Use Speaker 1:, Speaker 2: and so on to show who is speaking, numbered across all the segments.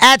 Speaker 1: At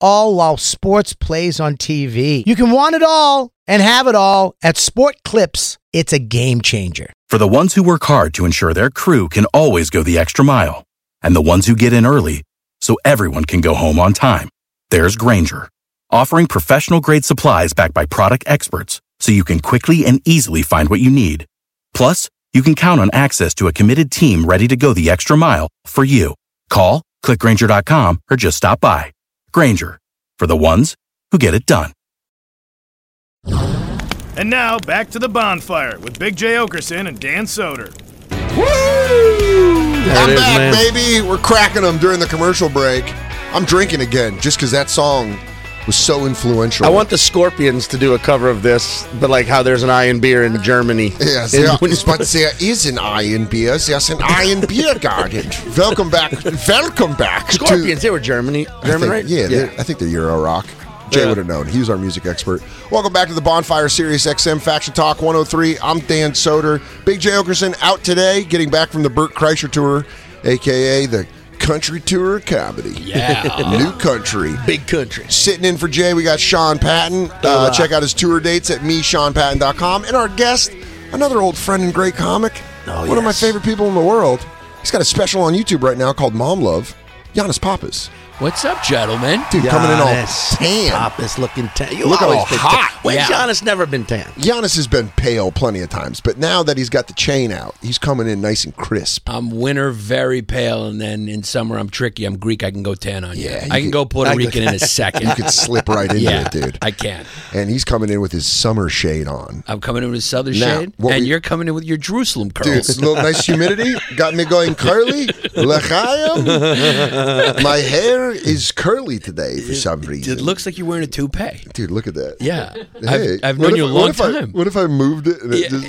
Speaker 1: all while sports plays on TV. You can want it all and have it all at Sport Clips. It's a game changer.
Speaker 2: For the ones who work hard to ensure their crew can always go the extra mile, and the ones who get in early so everyone can go home on time, there's Granger, offering professional grade supplies backed by product experts so you can quickly and easily find what you need. Plus, you can count on access to a committed team ready to go the extra mile for you. Call, clickgranger.com, or just stop by. Granger, for the ones who get it done.
Speaker 3: And now back to the bonfire with Big J Okerson and Dan Soder.
Speaker 4: Woo!
Speaker 5: I'm
Speaker 6: it is,
Speaker 5: back,
Speaker 6: man.
Speaker 5: baby. We're cracking them during the commercial break. I'm drinking again just because that song was so influential.
Speaker 6: I want the Scorpions to do a cover of this, but like how there's an iron beer in Germany.
Speaker 5: Ja,
Speaker 6: And
Speaker 5: sehr,
Speaker 6: when-
Speaker 5: but there is an Iron Beer. There's an Iron Beer Garden. Welcome back. Welcome back. to-
Speaker 6: Scorpions, they were Germany.
Speaker 5: I
Speaker 6: German,
Speaker 5: think-
Speaker 6: right?
Speaker 5: Yeah, they're- I think they're Euro rock. Jay
Speaker 6: Yeah.
Speaker 5: would have known. He was our music expert. Welcome back to the Bonfire Series XM Faction Talk 103. I'm Dan Soder. Big Jay Okerson out today, getting back from the Burt Kreischer tour, aka the Country Tour of Comedy. Yeah. New Country.
Speaker 6: Big country.
Speaker 5: Sitting in for Jay, we got Sean Patton. Uh, check out his tour dates at meshawnpatton.com. And our guest, another old friend and great comic,
Speaker 6: Oh,
Speaker 5: one of my
Speaker 6: yes.
Speaker 5: favorite people in the world. He's got a special on YouTube right now called Mom Love, Giannis Pappas.
Speaker 7: What's up, gentlemen?
Speaker 5: Dude, coming in all
Speaker 6: Giannis
Speaker 5: tan.
Speaker 6: Papas looking tan. You
Speaker 5: Look
Speaker 6: always
Speaker 5: all
Speaker 6: been
Speaker 5: hot.
Speaker 6: Tan. When's
Speaker 7: Yeah.
Speaker 6: Giannis never been tan?
Speaker 5: Giannis has been pale plenty of times, but now that he's got the chain out, he's coming in nice and crisp.
Speaker 7: I'm winter, very pale, and then in summer I'm tricky. I'm Greek. I can go tan on you.
Speaker 5: Yeah, you
Speaker 7: I can
Speaker 5: could-
Speaker 7: go Puerto
Speaker 6: I could-
Speaker 7: Rican in a second.
Speaker 5: You could slip right into
Speaker 7: yeah,
Speaker 5: it, dude.
Speaker 7: I can.
Speaker 5: And he's coming in with his summer shade on.
Speaker 7: I'm coming in with southern
Speaker 5: Now,
Speaker 7: shade,
Speaker 5: what
Speaker 7: and
Speaker 5: we-
Speaker 7: you're coming in with your Jerusalem
Speaker 5: Dude,
Speaker 7: curls.
Speaker 5: it's a little nice humidity. Got me going curly. L'chaim. My hair is curly today for some reason.
Speaker 7: it looks like you're wearing a toupee.
Speaker 5: Dude, look at that.
Speaker 7: Yeah,
Speaker 5: Hey,
Speaker 7: I've, I've
Speaker 5: what
Speaker 7: known
Speaker 5: if
Speaker 7: you a
Speaker 5: I-
Speaker 7: long
Speaker 5: what if I-
Speaker 7: time.
Speaker 5: what if I moved it and it
Speaker 7: Yeah.
Speaker 5: just.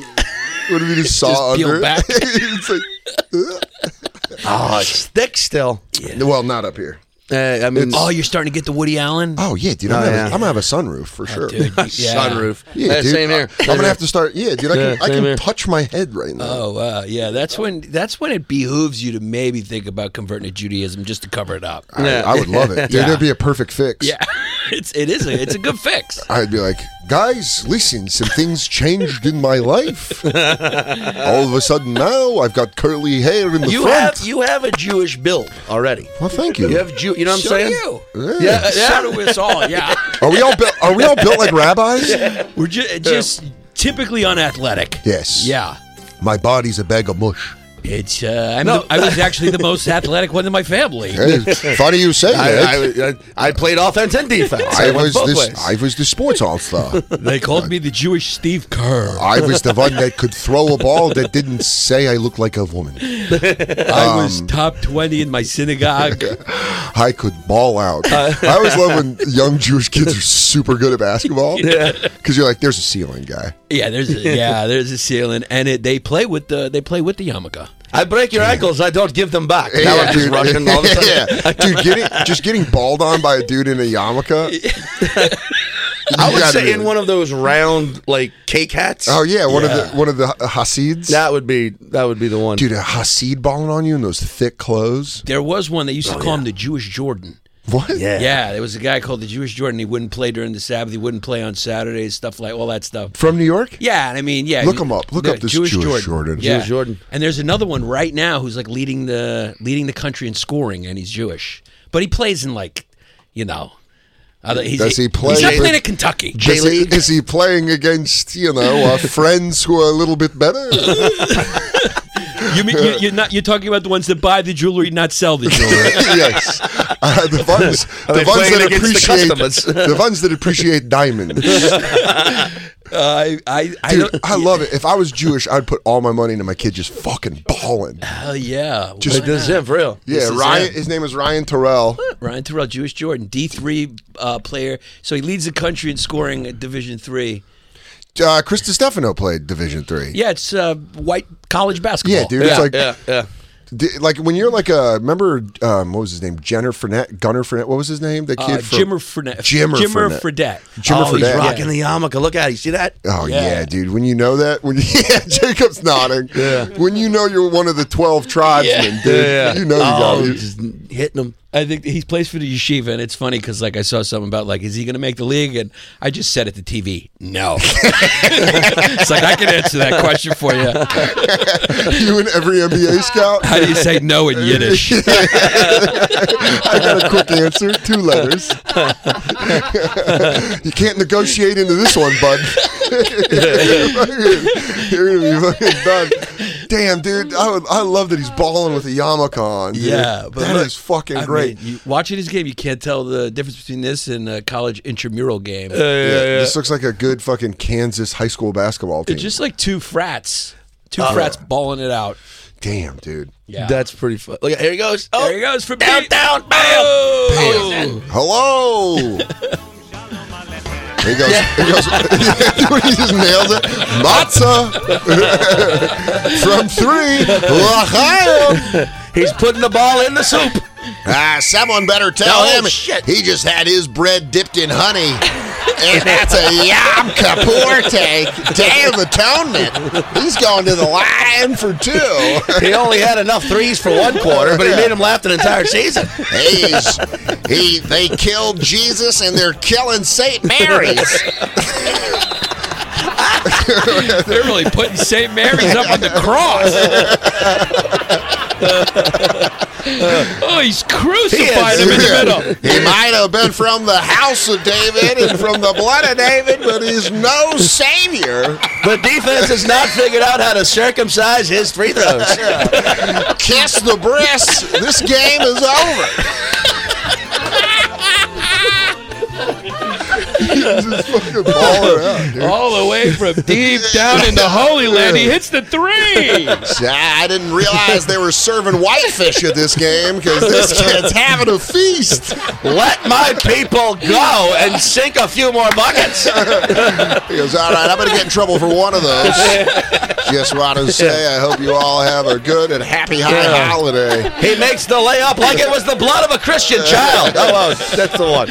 Speaker 5: What if you just saw
Speaker 7: Just peeled
Speaker 5: under? it?
Speaker 7: back.
Speaker 5: it's like,
Speaker 6: Oh, it's thick still.
Speaker 5: well, not up here.
Speaker 6: Uh, I mean,
Speaker 7: oh, you're starting to get the Woody Allen.
Speaker 5: Oh yeah, dude. I'm,
Speaker 6: Oh,
Speaker 5: gonna, have
Speaker 6: yeah.
Speaker 5: a, I'm gonna have a sunroof for sure.
Speaker 7: dude, yeah.
Speaker 6: sunroof.
Speaker 5: Yeah,
Speaker 6: Uh,
Speaker 5: dude.
Speaker 6: Same here.
Speaker 5: I, am gonna have to start. Yeah, dude. I can,
Speaker 6: Yeah,
Speaker 5: I
Speaker 6: same
Speaker 5: can
Speaker 6: here. Uh,
Speaker 5: touch my head right now.
Speaker 7: Oh wow, yeah. That's when that's when it behooves you to maybe think about converting to Judaism just to cover it up.
Speaker 5: I,
Speaker 6: Yeah.
Speaker 5: I would love it. Dude,
Speaker 7: Yeah.
Speaker 5: that'd be a perfect fix.
Speaker 7: Yeah, it's it is a, it's a good fix.
Speaker 5: I'd be like, guys, listen, some things changed in my life. All of a sudden now I've got curly hair in the
Speaker 6: You
Speaker 5: front.
Speaker 6: have you have a Jewish build already.
Speaker 5: well, thank you.
Speaker 6: You have Jew. You know what I'm
Speaker 7: so
Speaker 6: saying?
Speaker 7: do you. Uh,
Speaker 5: Yeah.
Speaker 6: Yeah, yeah.
Speaker 7: So do us all. Yeah.
Speaker 5: Are we all built? Are we all built like rabbis?
Speaker 7: We're ju- just typically unathletic.
Speaker 5: Yes.
Speaker 7: Yeah.
Speaker 5: My body's a bag of mush.
Speaker 7: It's uh, I'm the, I was actually the most athletic one in my family.
Speaker 5: Hey, funny you say that. I,
Speaker 6: I, I, I played offense and defense. I, went
Speaker 5: was
Speaker 6: both
Speaker 5: this.
Speaker 6: ways.
Speaker 5: I was the sports all star.
Speaker 7: They called me the Jewish Steve Kerr.
Speaker 5: I was the one that could throw a ball that didn't say I looked like a woman.
Speaker 7: I was top 20 in my synagogue.
Speaker 5: I could ball out.
Speaker 6: Uh,
Speaker 5: I always love when young Jewish kids are super good at basketball. Yeah, because you're like, there's a ceiling guy.
Speaker 7: Yeah, there's a, yeah, there's a ceiling and it, they play with the they play with the yarmulke.
Speaker 6: I break your ankles. I don't give them back. Now I'm just
Speaker 5: dude.
Speaker 6: Russian all the time.
Speaker 5: yeah, dude, getting just getting balled on by a dude in a yarmulke.
Speaker 6: I
Speaker 5: You
Speaker 6: would
Speaker 5: gotta
Speaker 6: say
Speaker 5: be-
Speaker 6: in one of those round like cake hats.
Speaker 5: Oh yeah, one of the one of the Hasids.
Speaker 6: that would be that would be the one.
Speaker 5: Dude, a Hasid balling on you in those thick clothes.
Speaker 7: There was one they used to call him the Jewish Jordan.
Speaker 5: What?
Speaker 6: Yeah.
Speaker 7: Yeah, there was a guy called the Jewish Jordan. He wouldn't play during the Sabbath. He wouldn't play on Saturdays. Stuff like all that stuff.
Speaker 5: From New York?
Speaker 7: Yeah, and I mean, yeah.
Speaker 5: Look
Speaker 7: you-
Speaker 5: him up. Look
Speaker 7: the
Speaker 5: up this Jewish Jordan.
Speaker 7: Yeah.
Speaker 6: Jewish Jordan.
Speaker 7: And there's another one right now who's like leading the leading the country in scoring, and he's Jewish, but he plays in like, you know, other, he's,
Speaker 5: Does he play
Speaker 7: He's not
Speaker 5: with-
Speaker 7: playing at Kentucky.
Speaker 5: Is he, is he playing against you know uh, friends who are a little bit better?
Speaker 7: You mean you, you're not? You're talking about the ones that buy the jewelry, not sell the jewelry.
Speaker 5: yes, uh, the ones
Speaker 6: Are
Speaker 5: the
Speaker 6: they
Speaker 5: ones
Speaker 6: playing
Speaker 5: that
Speaker 6: against the
Speaker 5: appreciate
Speaker 6: customers?
Speaker 5: the ones that appreciate diamonds.
Speaker 7: I, I, I,
Speaker 5: Dude,
Speaker 7: don't-
Speaker 5: I love it. If I was Jewish, I'd put all my money into my kid just fucking balling.
Speaker 7: Hell yeah.
Speaker 5: Just-
Speaker 7: Why
Speaker 6: This is
Speaker 7: not?
Speaker 6: him for real.
Speaker 5: Yeah,
Speaker 7: is
Speaker 5: Ryan.
Speaker 7: him.
Speaker 5: His name is Ryan Terrell.
Speaker 7: Ryan Terrell, Jewish Jordan, D three uh, player. So he leads the country in scoring at Division three.
Speaker 5: Uh, Chris DiStefano played Division Three.
Speaker 7: Yeah, it's uh, white college basketball.
Speaker 5: Yeah, dude.
Speaker 6: Yeah,
Speaker 5: it's like,
Speaker 6: yeah, yeah.
Speaker 5: di- like when you're like a remember um, what was his name? Jenner Fournette, Gunner Fournette. What was his name? The
Speaker 7: Uh,
Speaker 5: kid. from
Speaker 7: Jimmer Fredette.
Speaker 5: Jimmer
Speaker 7: Jimmer
Speaker 5: Fredette.
Speaker 7: Fredette.
Speaker 5: Jimmer
Speaker 6: oh, he's
Speaker 5: Fredette.
Speaker 6: rocking the yarmulke. Look at it. You see that?
Speaker 5: Oh yeah.
Speaker 7: Yeah.
Speaker 5: dude. When you know that, when yeah, Jacob's nodding. Yeah. When you know you're one of the twelve tribesmen, dude, you know you
Speaker 6: oh,
Speaker 5: got it.
Speaker 6: just hitting him.
Speaker 7: I think he plays for the yeshiva, and it's funny because like I saw something about like is he going to make the league, and I just said at the TV, no. it's like I can answer that question for you.
Speaker 5: You and every NBA scout.
Speaker 7: How do you say no in Yiddish?
Speaker 5: I got a quick answer. Two letters. you can't negotiate into this one, bud. You're gonna be fucking done. Damn, dude. I, would, I love that he's balling with a yarmulke on. dude.
Speaker 7: Yeah, but
Speaker 5: That
Speaker 7: look,
Speaker 5: is fucking
Speaker 7: I
Speaker 5: great.
Speaker 7: mean, you, watching his game, you can't tell the difference between this and a college intramural game.
Speaker 6: Uh,
Speaker 5: yeah, This looks like a good fucking Kansas high school basketball team.
Speaker 7: It's just like two frats, two frats balling it out.
Speaker 5: Damn, dude.
Speaker 7: Yeah,
Speaker 6: Uh, That's pretty fun. Look, here he goes. Oh,
Speaker 7: there he goes for
Speaker 6: Down,
Speaker 7: Pete.
Speaker 6: down, bam.
Speaker 7: Oh!
Speaker 5: Hello. He goes, he goes, he just nails it. Matzah from three, L'chaim.
Speaker 6: He's putting the ball in the soup.
Speaker 5: Ah, someone better tell
Speaker 6: Oh,
Speaker 5: him
Speaker 6: shit.
Speaker 5: he just had his bread dipped in honey. And that's a Yom Kippur take, Day of Atonement. He's going to the line for two.
Speaker 6: He only had enough threes for one quarter, but he made him laugh an entire season.
Speaker 5: He's, he, they killed Jesus and they're killing St. Mary's.
Speaker 7: They're really putting St. Mary's up on the cross. oh, he's crucified him in the middle.
Speaker 5: He might have been from the house of David and from the blood of David, but he's no savior.
Speaker 6: The defense has not figured out how to circumcise his free throws.
Speaker 5: Kiss the breast. This game is over. Just fucking baller out, dude.
Speaker 7: All the way from deep down in the Holy Land, he hits the three.
Speaker 5: See, I I didn't realize they were serving whitefish at this game because this kid's having a feast.
Speaker 6: Let my people go and sink a few more buckets.
Speaker 5: He goes, all right, I'm going to get in trouble for one of those. Just want to say I hope you all have a good and happy high
Speaker 6: Yeah.
Speaker 5: holiday.
Speaker 6: He makes the layup like it was the blood of a Christian child. Oh, oh that's the one.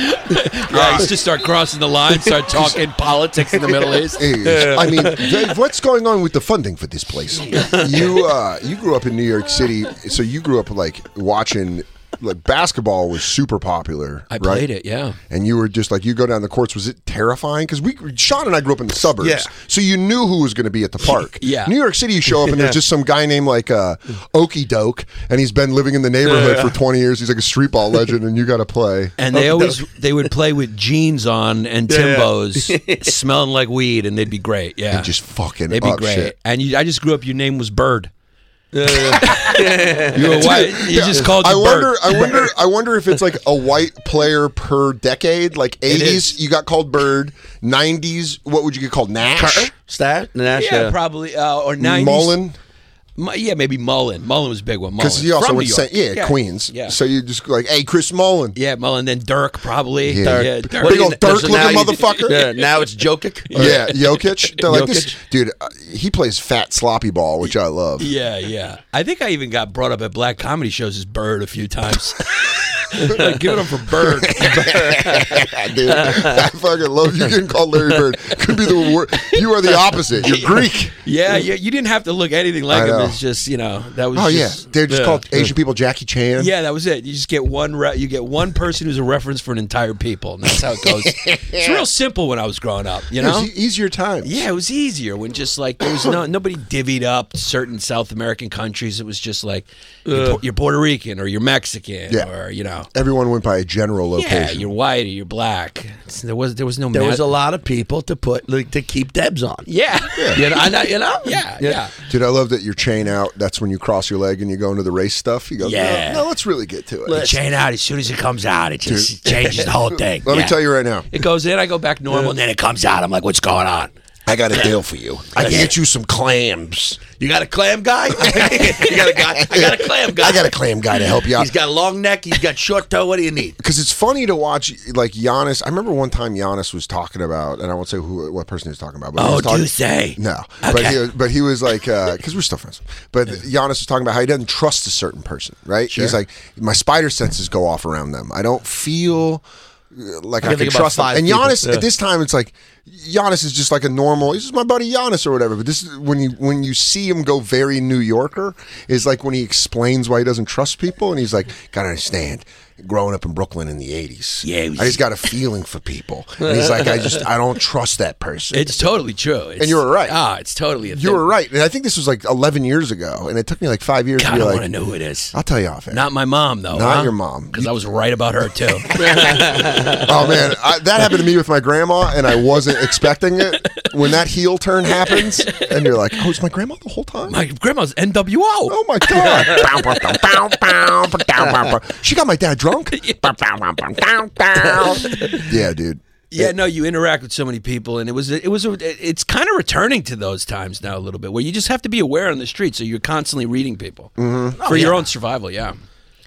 Speaker 7: Yeah, he's just start crossing the line, start talking politics in the Middle East.
Speaker 5: is. I mean, Dave, what's going on with the funding for this place? You uh, you grew up in New York City, so you grew up like watching like basketball was super popular.
Speaker 7: I
Speaker 5: right?
Speaker 7: played it, yeah.
Speaker 5: And you were just like you go down the courts. Was it terrifying? Because we Sean and I grew up in the suburbs,
Speaker 6: Yeah.
Speaker 5: so you knew who was going to be at the park.
Speaker 7: Yeah.
Speaker 5: New York City, you show up and there's just some guy named like uh, Okey Doke, and he's been living in the neighborhood for 20 years. He's like a streetball legend, and you got to play.
Speaker 7: And they always they would play with jeans on and Timbos, smelling like weed, and they'd be great. Yeah,
Speaker 5: Just fucking
Speaker 7: they'd be
Speaker 5: up
Speaker 7: great.
Speaker 5: shit.
Speaker 7: And you, I just grew up. Your name was Bird. you were white. You just called. You
Speaker 5: I wonder.
Speaker 7: Bird.
Speaker 5: I wonder. I wonder if it's like a white player per decade. Like eighties,
Speaker 7: is.
Speaker 5: you got called Bird. Nineties, what would you get called? Nash,
Speaker 6: Stat? Nash,
Speaker 7: Yeah, probably uh, or nineties.
Speaker 5: Mullen,
Speaker 7: Mu- yeah, maybe Mullen. Mullen was a big one.
Speaker 5: because
Speaker 7: Mullen.
Speaker 5: you also
Speaker 7: From
Speaker 5: would
Speaker 7: New
Speaker 5: say
Speaker 7: York.
Speaker 5: yeah, Queens.
Speaker 7: Yeah.
Speaker 5: So you just like, hey, Chris Mullen.
Speaker 7: yeah, Mullen. Then Dirk probably. Yeah,
Speaker 5: Dirk.
Speaker 7: Dirk.
Speaker 5: Big old Dirk looking motherfucker.
Speaker 6: Yeah, now it's Jokic.
Speaker 5: Yeah, Jokic. They're like this
Speaker 7: Jokic.
Speaker 5: dude. uh, He plays fat sloppy ball, which I love.
Speaker 7: Yeah, yeah. I think I even got brought up at black comedy shows as Bird a few times. like, give it up for Bird.
Speaker 5: dude, I fucking love you getting called Larry Bird. Could be the wor You are the opposite. You're Greek.
Speaker 7: Yeah, yeah. You didn't have to look anything
Speaker 5: I
Speaker 7: like him.
Speaker 5: know.
Speaker 7: It's just you know that was.
Speaker 5: Oh yeah,
Speaker 7: just,
Speaker 5: they're just
Speaker 7: yeah.
Speaker 5: called Asian people Jackie Chan.
Speaker 7: Yeah, that was it. You just get one. Re- you get one person who's a reference for an entire people, and that's how it goes. it's real simple when I was growing up. You
Speaker 5: It was
Speaker 7: know.
Speaker 5: e- easier times.
Speaker 7: Yeah, it was easier when just like there was no nobody divvied up certain South American countries. It was just like you're, Pu- you're Puerto Rican or you're Mexican
Speaker 5: Yeah.
Speaker 7: or you know.
Speaker 5: Everyone went by a general location.
Speaker 7: Yeah, you're white or you're black. It's- there was there was no
Speaker 6: There
Speaker 7: ma-
Speaker 6: was a lot of people to put like, to keep Debs on.
Speaker 7: yeah
Speaker 6: You know, I know- you know?
Speaker 7: yeah yeah.
Speaker 5: Dude, I love that your chain out. That's when you cross your leg and you go into the race stuff. You go,
Speaker 7: Yeah.
Speaker 5: no, no, let's really get to it.
Speaker 7: The chain out as soon as it comes out, it just changes the whole thing.
Speaker 5: Let me
Speaker 7: Yeah.
Speaker 5: tell you right now.
Speaker 7: It goes in, I go back normal, and then it comes out. I'm like, what's going on?
Speaker 5: I got a deal for you. I can get you some clams.
Speaker 7: You got a clam guy? you got a guy? I got a clam guy.
Speaker 5: I got a clam guy to help you out.
Speaker 7: He's got a long neck. He's got short toe. What do you need?
Speaker 5: because it's funny to watch like Giannis. I remember one time Giannis was talking about, and I won't say who what person he was talking about. But he
Speaker 7: Oh,
Speaker 5: was talking,
Speaker 7: do say.
Speaker 5: no, but
Speaker 7: Okay.
Speaker 5: he was, but he was like because we're still friends. But Giannis was talking about how he doesn't trust a certain person, right? He's like my spider senses go off around them. I don't feel. uh, Like I, can
Speaker 4: think about
Speaker 5: trust them,
Speaker 4: five
Speaker 5: and
Speaker 4: people,
Speaker 5: Giannis
Speaker 4: yeah.
Speaker 5: at this time it's like Giannis is just like a normal. He's just my buddy Giannis or whatever. But this is when you when you see him go very New Yorker is like when he explains why he doesn't trust people, and he's like, gotta understand. Growing up in Brooklyn in the eighties,
Speaker 7: Yeah, he was-
Speaker 5: I just got a feeling for people, and he's like, I just I don't trust that person.
Speaker 7: It's totally true. It's,
Speaker 5: And you were right.
Speaker 7: Ah, it's totally a
Speaker 5: You
Speaker 7: thing.
Speaker 5: were right, and I think this was like 11 years ago, and it took me like five years
Speaker 7: God,
Speaker 5: to be
Speaker 7: I
Speaker 5: like,
Speaker 7: want to know who it is.
Speaker 5: "I'll tell you off air."
Speaker 7: Not my mom, though.
Speaker 5: Not
Speaker 7: huh?
Speaker 5: your mom.
Speaker 7: Because I was right about her, too.
Speaker 5: oh man, I, that happened to me with my grandma, and I wasn't expecting it. When that heel turn happens, and you're like, "Oh, it's my grandma the whole time."
Speaker 7: my grandma's NWO.
Speaker 5: Oh my god! Bow, bow, bow, bow, bow, bow, bow, bow. she got my dad drunk. Bow, bow, bow, bow, bow, bow. yeah, dude.
Speaker 7: Yeah, no, you interact with so many people, and it was it was a, it's kind of returning to those times now a little bit, where you just have to be aware on the street, so you're constantly reading people
Speaker 5: Mm-hmm. Oh,
Speaker 7: for your own survival. Yeah,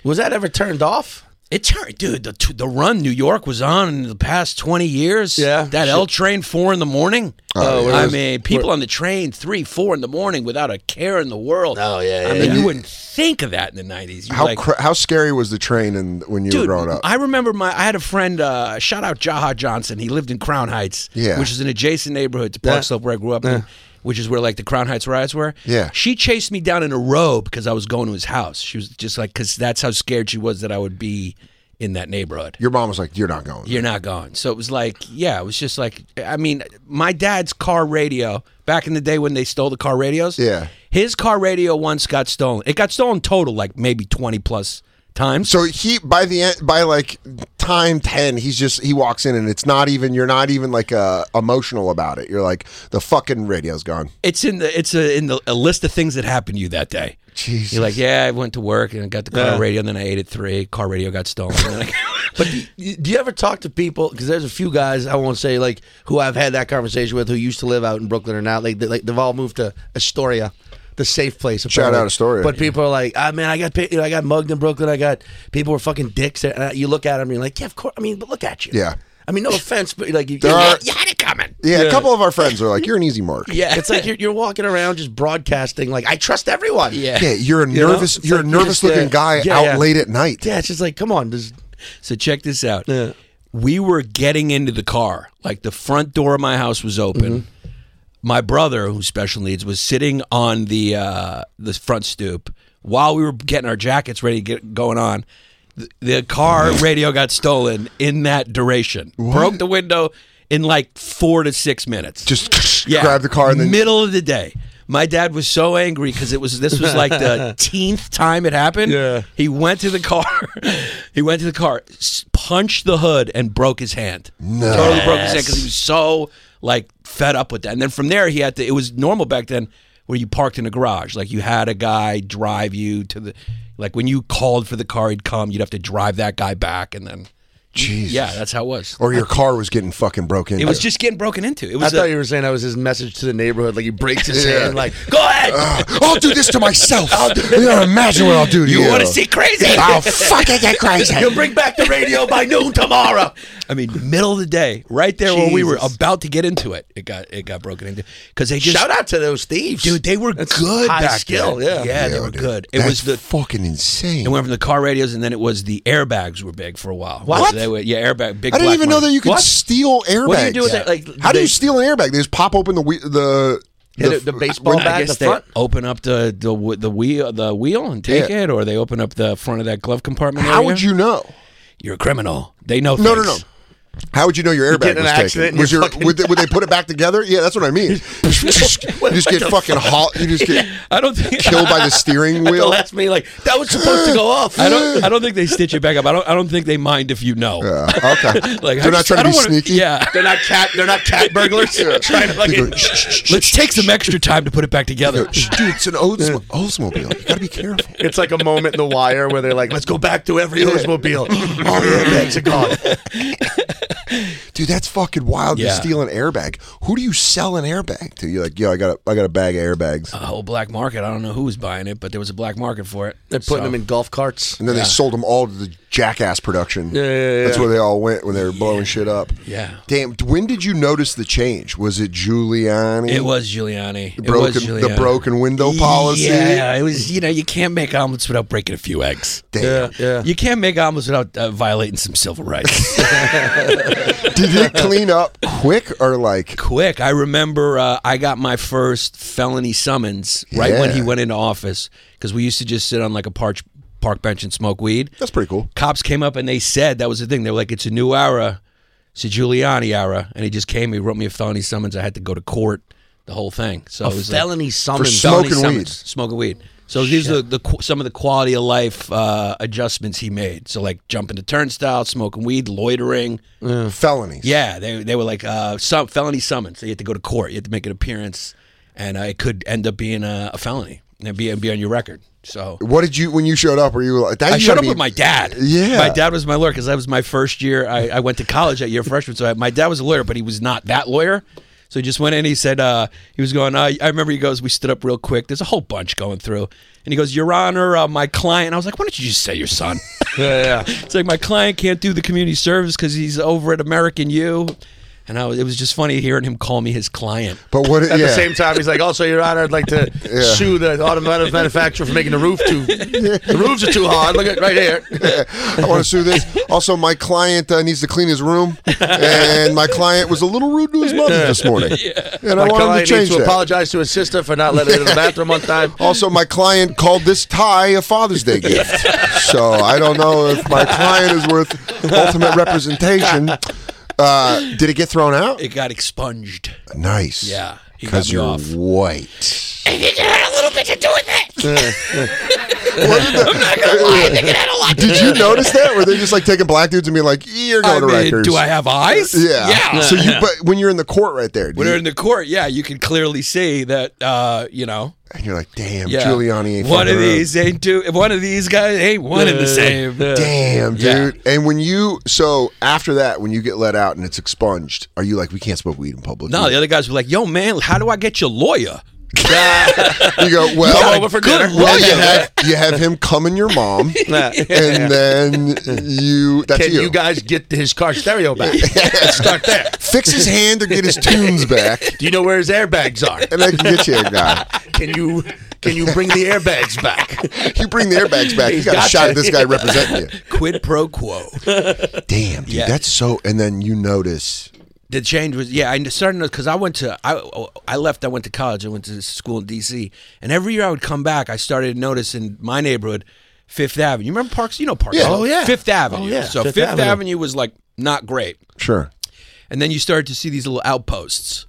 Speaker 4: Was that ever turned off?
Speaker 7: it's hard, dude. The t- the run New York was on in the past twenty years.
Speaker 4: Yeah.
Speaker 7: that L train four in the morning.
Speaker 5: Oh, yeah.
Speaker 7: I mean, people on the train three, four in the morning without a care in the world.
Speaker 4: Oh, yeah, yeah,
Speaker 7: I mean,
Speaker 4: yeah.
Speaker 7: you wouldn't think of that in the nineties.
Speaker 5: How cra- how scary was the train and when you were growing up?
Speaker 7: I remember my. I had a friend. Uh, shout out Jaha Johnson. He lived in Crown Heights,
Speaker 5: Yeah.
Speaker 7: which is an adjacent neighborhood to Park Slope where I grew up, in, which is where like the Crown Heights riots were.
Speaker 5: Yeah.
Speaker 7: she chased me down in a robe because I was going to his house. She was just like, because that's how scared she was that I would be in that neighborhood.
Speaker 5: Your mom was like, "You're not going."
Speaker 7: You're not going. So it was like, yeah, it was just like, I mean, my dad's car radio back in the day when they stole the car radios.
Speaker 5: Yeah.
Speaker 7: his car radio once got stolen. It got stolen total like maybe twenty plus times.
Speaker 5: So he by the end by like time ten, he's just he walks in and it's not even you're not even like uh, emotional about it. You're like the fucking radio's gone.
Speaker 7: It's in the it's a, in the a list of things that happened to you that day.
Speaker 5: Jesus.
Speaker 7: You're like, yeah, I went to work and I got the car radio, and then I ate at three. Car radio got stolen. And then I-
Speaker 4: But do you, do you ever talk to people? Because there's a few guys I won't say like who I've had that conversation with who used to live out in Brooklyn or not. Like, they, like they've all moved to Astoria, the safe place.
Speaker 5: Shout out Astoria.
Speaker 4: But people are like, ah, man, I got picked- you know, I got mugged in Brooklyn. I got people were fucking dicks. And uh, you look at them, and you're like, yeah, of course. I mean, but look at you.
Speaker 5: Yeah.
Speaker 4: I mean, no offense, but like you,
Speaker 5: There
Speaker 4: you-
Speaker 5: are-
Speaker 4: you had it coming.
Speaker 5: Yeah, a couple of our friends are like, "You're an easy mark."
Speaker 4: Yeah, it's like you're, you're walking around just broadcasting like I trust everyone.
Speaker 7: yeah.
Speaker 5: Yeah, you're a
Speaker 4: You know?
Speaker 5: nervous.
Speaker 4: It's
Speaker 5: You are
Speaker 4: like
Speaker 5: a
Speaker 4: you
Speaker 5: nervous
Speaker 4: just,
Speaker 5: looking
Speaker 4: uh,
Speaker 5: guy
Speaker 4: yeah,
Speaker 5: out
Speaker 4: yeah.
Speaker 5: late at night.
Speaker 4: Yeah, it's just like come on, just
Speaker 7: So check this out. We were getting into the car. Like the front door of my house was open. My brother, who's special needs, was sitting on the uh, the front stoop while we were getting our jackets ready to get going on. The, the car radio got stolen in that duration. Broke the window in like four to six minutes.
Speaker 5: Just grab the car and then
Speaker 7: middle of the day. My dad was so angry because it was this was like the tenth time it happened.
Speaker 4: Yeah.
Speaker 7: he went to the car. he went to the car, s- punched the hood, and broke his hand. No. Totally broke his hand because he was so like fed up with that. And then from there, he had to. It was normal back then where you parked in a garage. Like you had a guy drive you to the. Like when you called for the car, he'd come. You'd have to drive that guy back, and then.
Speaker 5: Jesus.
Speaker 7: Yeah, that's how it was.
Speaker 5: or your car was getting fucking broken.
Speaker 7: It was just getting broken into. It was.
Speaker 4: I
Speaker 7: a-
Speaker 4: thought you were saying that was his message to the neighborhood. Like he breaks his hand, like
Speaker 7: Go ahead.
Speaker 5: Uh, I'll do this to myself. I'll do- you don't imagine what I'll do to you.
Speaker 7: wanna crazy?
Speaker 5: I'll fucking get crazy.
Speaker 7: You'll bring back the radio by noon tomorrow. I mean, middle of the day, right there where we were
Speaker 4: Jesus.
Speaker 7: about to get into it. It got it got broken into because they just
Speaker 4: shout out to those thieves,
Speaker 7: dude. They were good
Speaker 4: high
Speaker 7: back
Speaker 4: skill,
Speaker 7: then.
Speaker 4: yeah.
Speaker 7: yeah, they
Speaker 5: Yeah,
Speaker 7: were
Speaker 5: dude.
Speaker 7: good. It
Speaker 5: That's
Speaker 7: was the
Speaker 5: fucking insane.
Speaker 7: it went from the car radios and then it was the airbags were big for a while.
Speaker 5: What?
Speaker 7: They were, yeah, airbag. Big.
Speaker 5: I didn't
Speaker 7: black
Speaker 5: even know
Speaker 7: ones.
Speaker 5: that you could
Speaker 7: What?
Speaker 5: steal airbags.
Speaker 7: What do you do with that? Like,
Speaker 5: how do
Speaker 7: they-
Speaker 5: you steal an airbag? They just pop open the whe- the
Speaker 4: Hit it-
Speaker 5: f-
Speaker 4: the baseball
Speaker 5: when-
Speaker 4: bat
Speaker 7: I
Speaker 4: in
Speaker 7: guess
Speaker 4: the
Speaker 7: they
Speaker 4: front?
Speaker 7: open up the the w- the wheel the wheel and take
Speaker 5: Yeah.
Speaker 7: it, or they open up the front of that glove compartment.
Speaker 5: How
Speaker 7: area.
Speaker 5: would you know?
Speaker 7: You're a criminal. They know.
Speaker 5: No, no,
Speaker 7: things.
Speaker 5: no. How would you know your airbag
Speaker 4: get in an
Speaker 5: was taken?
Speaker 4: accident and
Speaker 5: Was
Speaker 4: you're
Speaker 5: your
Speaker 4: fucking-
Speaker 5: would they, would they put it back together? Yeah, that's what I mean. you just get fucking hauled. You just get
Speaker 7: I don't think
Speaker 5: killed by the steering
Speaker 4: They'll
Speaker 5: wheel.
Speaker 4: ask me like that was supposed to go off.
Speaker 7: I don't. I don't think they stitch it back up. I don't. I don't think they mind if you know.
Speaker 5: Uh, okay,
Speaker 7: Like I
Speaker 5: they're not
Speaker 7: just-
Speaker 5: trying
Speaker 7: I
Speaker 5: to be
Speaker 7: don't wanna-
Speaker 5: sneaky.
Speaker 7: Yeah.
Speaker 4: They're not cat. They're not cat burglars. Trying to fucking.
Speaker 7: Let's take some extra time to put it back together.
Speaker 5: Shh, dude, it's an Oldsmo- Oldsmobile. You gotta be careful.
Speaker 4: It's like a moment in The Oh, Wire where they're like, "Let's go back to every Oldsmobile. All the airbags are gone."
Speaker 5: dude, that's fucking wild. You
Speaker 7: Yeah.
Speaker 5: steal an airbag. Who do you sell an airbag to? You're like, yo, I got a, I got a bag of airbags,
Speaker 4: Uh,
Speaker 7: a whole black market. I don't know who was buying it, but there was a black market for it.
Speaker 4: They're putting
Speaker 7: So-
Speaker 4: them in golf carts.
Speaker 5: and then they sold them all to the Jackass production.
Speaker 4: Yeah, yeah, yeah.
Speaker 5: That's where they all went when they were blowing shit up.
Speaker 7: Yeah.
Speaker 5: Damn. When did you notice the change? Was it Giuliani?
Speaker 7: It was
Speaker 5: The
Speaker 7: Giuliani. it was
Speaker 5: broken, the
Speaker 7: Giuliani.
Speaker 5: broken window policy.
Speaker 7: Yeah, it was. You know, you can't make omelets without breaking a few eggs.
Speaker 5: Damn.
Speaker 4: Yeah.
Speaker 7: You can't make omelets without uh, violating some civil rights.
Speaker 5: Did it clean up quick or like?
Speaker 7: Quick, I remember uh, I got my first felony summons right when he
Speaker 5: Yeah.
Speaker 7: went into office because we used to just sit on like a parch, park bench and smoke weed.
Speaker 5: That's pretty cool.
Speaker 7: Cops came up and they said that was the thing. They were like, "It's a new era, it's a Giuliani era," and he just came. He wrote me a felony summons. I had to go to court. The whole thing. So it was like-
Speaker 4: felony summons.
Speaker 5: smoke-
Speaker 7: felony
Speaker 5: Smoking
Speaker 7: summons,
Speaker 5: weed.
Speaker 7: Smoking weed. So these are the qu- some of the quality of life uh, adjustments he made. So like jumping the turnstile, smoking weed, loitering.
Speaker 5: Felonies.
Speaker 7: Yeah, they they were like uh, some felony summons. So you had to go to court. You had to make an appearance, and uh, it could end up being a, a felony and be be on your record. So
Speaker 5: What did you when you showed up? Were you like that?
Speaker 7: I
Speaker 5: you
Speaker 7: showed
Speaker 5: gotta
Speaker 7: up
Speaker 5: be-
Speaker 7: with my dad.
Speaker 5: Yeah.
Speaker 7: my dad was my lawyer because that was my first year. I, I went to college that year, freshman. So I, my dad was a lawyer, but he was not that lawyer. So he just went in. He said uh, he was going. Uh, I remember he goes. We stood up real quick. There's a whole bunch going through, and he goes, "Your Honor, uh, my client." I was like, "Why don't you just say your son?"
Speaker 4: yeah, yeah.
Speaker 7: it's like my client can't do the community service because he's over at American U. And I was, it was just funny hearing him call me his client.
Speaker 5: But what?
Speaker 4: At
Speaker 5: yeah.
Speaker 4: the same time, he's like, "Also, Your Honor, I'd like to sue the automotive manufacturer for making the roof too. the roofs are too hard. Look at right here.
Speaker 5: I want to sue this. Also, my client uh, needs to clean his room, and my client was a little rude to his mother this morning, and I
Speaker 4: My
Speaker 5: want him to
Speaker 4: client
Speaker 5: change
Speaker 4: needs to
Speaker 5: that.
Speaker 4: apologize to his sister for not letting her in the bathroom on time.
Speaker 5: Also, my client called this tie a Father's Day gift, so I don't know if my client is worth ultimate representation. Uh, did it get thrown out?
Speaker 7: It got expunged.
Speaker 5: Nice.
Speaker 7: Yeah, he got
Speaker 5: Because
Speaker 7: me
Speaker 5: you're
Speaker 7: off.
Speaker 5: white. Did you notice that? Were they just like taking black dudes and being like, "You're going to
Speaker 7: I mean,
Speaker 5: records"?
Speaker 7: do I have eyes?
Speaker 5: Yeah. So you, but when you're in the court right there, do
Speaker 7: When
Speaker 5: you-
Speaker 7: they're in the court, yeah, you can clearly see that, uh, you know,
Speaker 5: and you're like, "Damn,
Speaker 7: yeah.
Speaker 5: Giuliani ain't
Speaker 7: One of
Speaker 5: fucking around.
Speaker 7: these ain't two. One of these guys ain't one and the same.
Speaker 5: Damn,
Speaker 7: Yeah.
Speaker 5: dude. And when you so after that, when you get let out and it's expunged, are you like, we can't smoke weed in public?
Speaker 7: No, the other guys were like, "Yo, man, how do I get your lawyer?"
Speaker 5: you go well.
Speaker 4: Come over for dinner.
Speaker 5: well, you have, you have him coming your mom,
Speaker 4: Nah.
Speaker 5: and then you. That's
Speaker 4: Can you. guys get his car stereo back? Start there.
Speaker 5: fix his hand or get his tunes back,
Speaker 4: Do you know where his airbags are?
Speaker 5: and I can get you a guy.
Speaker 4: Can you can you bring the airbags back?
Speaker 5: You bring the airbags back. You got, a
Speaker 4: got
Speaker 5: shot
Speaker 4: you.
Speaker 5: at this guy representing you.
Speaker 7: Quid pro quo.
Speaker 5: Damn, dude,
Speaker 7: Yeah.
Speaker 5: that's so. And then you notice
Speaker 7: The change was yeah. I started because I went to I I left. I went to college. I went to school in D.C. And every year I would come back. I started noticing my neighborhood, Fifth Avenue. You remember Parks? You know Parks?
Speaker 5: Yeah. Oh,
Speaker 4: yeah.
Speaker 7: Fifth Avenue.
Speaker 4: Oh, yeah.
Speaker 7: So
Speaker 4: Fifth
Speaker 7: Fifth,
Speaker 4: Avenue.
Speaker 7: Avenue was like not great.
Speaker 5: sure.
Speaker 7: And then you started to see these little outposts.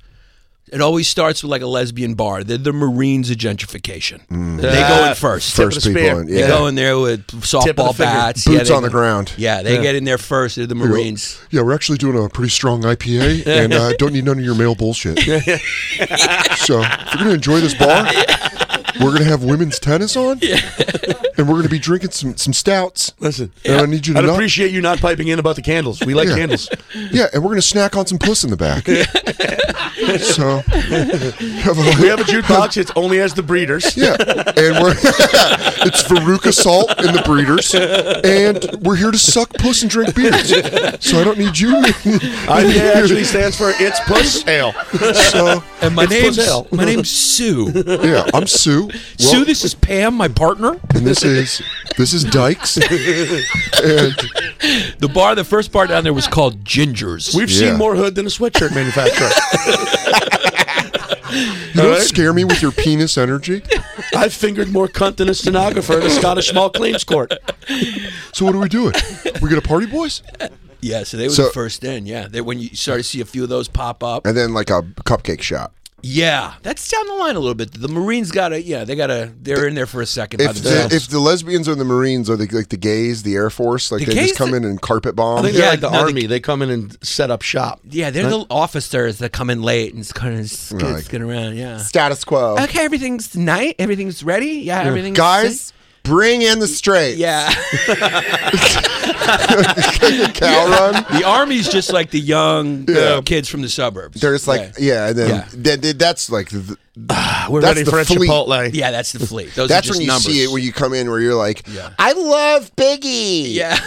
Speaker 7: It always starts with like a lesbian bar. They're the Marines of gentrification.
Speaker 4: Mm.
Speaker 7: They go in first.
Speaker 4: Tip of
Speaker 5: First
Speaker 4: the
Speaker 5: people
Speaker 4: spear.
Speaker 5: in,
Speaker 7: They
Speaker 5: yeah.
Speaker 7: go in there with
Speaker 4: Tip of
Speaker 7: softball
Speaker 4: the finger.
Speaker 7: bats, yeah,
Speaker 5: Boots
Speaker 7: they-
Speaker 5: on the ground.
Speaker 7: Yeah, they get in there first. They're the Marines.
Speaker 5: Yeah, we're actually doing a pretty strong IPA, and uh, don't need none of your male bullshit. so if we're gonna enjoy this bar. We're gonna have women's tennis on, and we're gonna be drinking some some stouts.
Speaker 4: Listen,
Speaker 5: and I need you to
Speaker 4: I'd
Speaker 5: not-
Speaker 4: appreciate you not piping in about the candles. We like
Speaker 5: Yeah.
Speaker 4: candles.
Speaker 5: yeah, and we're gonna snack on some puss in the back. so have a-
Speaker 4: We have a jukebox. It only has the breeders.
Speaker 5: Yeah, and we're it's Veruca Salt and the Breeders, and we're here to suck puss and drink beers. So I don't need you.
Speaker 4: IPA actually stands for It's Puss Ale.
Speaker 5: so
Speaker 7: And my
Speaker 4: It's
Speaker 7: name's
Speaker 4: Brazil.
Speaker 7: my name's Sue.
Speaker 5: yeah, I'm Sue. Well,
Speaker 7: Sue, this is Pam, my partner.
Speaker 5: and this is this is Dykes. and
Speaker 7: The bar, the first bar down there was called Ginger's.
Speaker 4: We've
Speaker 5: Yeah.
Speaker 4: seen more hood than a sweatshirt manufacturer.
Speaker 5: you don't scare me with your penis energy.
Speaker 4: I've fingered more cunt than a stenographer in a Scottish small claims court.
Speaker 5: So what are we doing? We gonna party, boys?
Speaker 7: yeah, so they were
Speaker 5: So-
Speaker 7: the first in. Yeah, they, when you started to see a few of those pop up.
Speaker 5: And then like a cupcake shop.
Speaker 7: Yeah, that's down the line a little bit. The Marines got to yeah, they got to they're in there for a second. by
Speaker 5: If the,
Speaker 7: themselves.
Speaker 5: if the lesbians or the Marines or the like the gays, the Air Force, like
Speaker 7: The
Speaker 5: they
Speaker 7: gays-
Speaker 5: just come in and carpet bomb.
Speaker 4: I think they're
Speaker 7: Yeah,
Speaker 4: like the
Speaker 7: no, they-
Speaker 4: army. They come in and set up shop.
Speaker 7: yeah, they're the officers that come in late and kind of skin,
Speaker 5: Right.
Speaker 7: skin around. Yeah.
Speaker 5: Status quo.
Speaker 7: Okay, everything's night. Everything's ready. Yeah, everything's
Speaker 5: Guys, Bring in the straight.
Speaker 7: Yeah.
Speaker 5: Cow run.
Speaker 7: the army's just like the young uh,
Speaker 5: Yeah.
Speaker 7: kids from the suburbs.
Speaker 5: They're just like,
Speaker 7: yeah,
Speaker 5: yeah, and then
Speaker 7: Yeah.
Speaker 5: then- then that's like, the,
Speaker 6: We're
Speaker 5: That's
Speaker 6: ready
Speaker 5: the
Speaker 6: for a
Speaker 5: fleet.
Speaker 6: Chipotle.
Speaker 7: Yeah, that's the fleet. Those
Speaker 5: that's
Speaker 7: are just
Speaker 5: when you
Speaker 7: numbers.
Speaker 5: see it when you come in where you're like,
Speaker 7: Yeah.
Speaker 5: I love Biggie.
Speaker 7: yeah.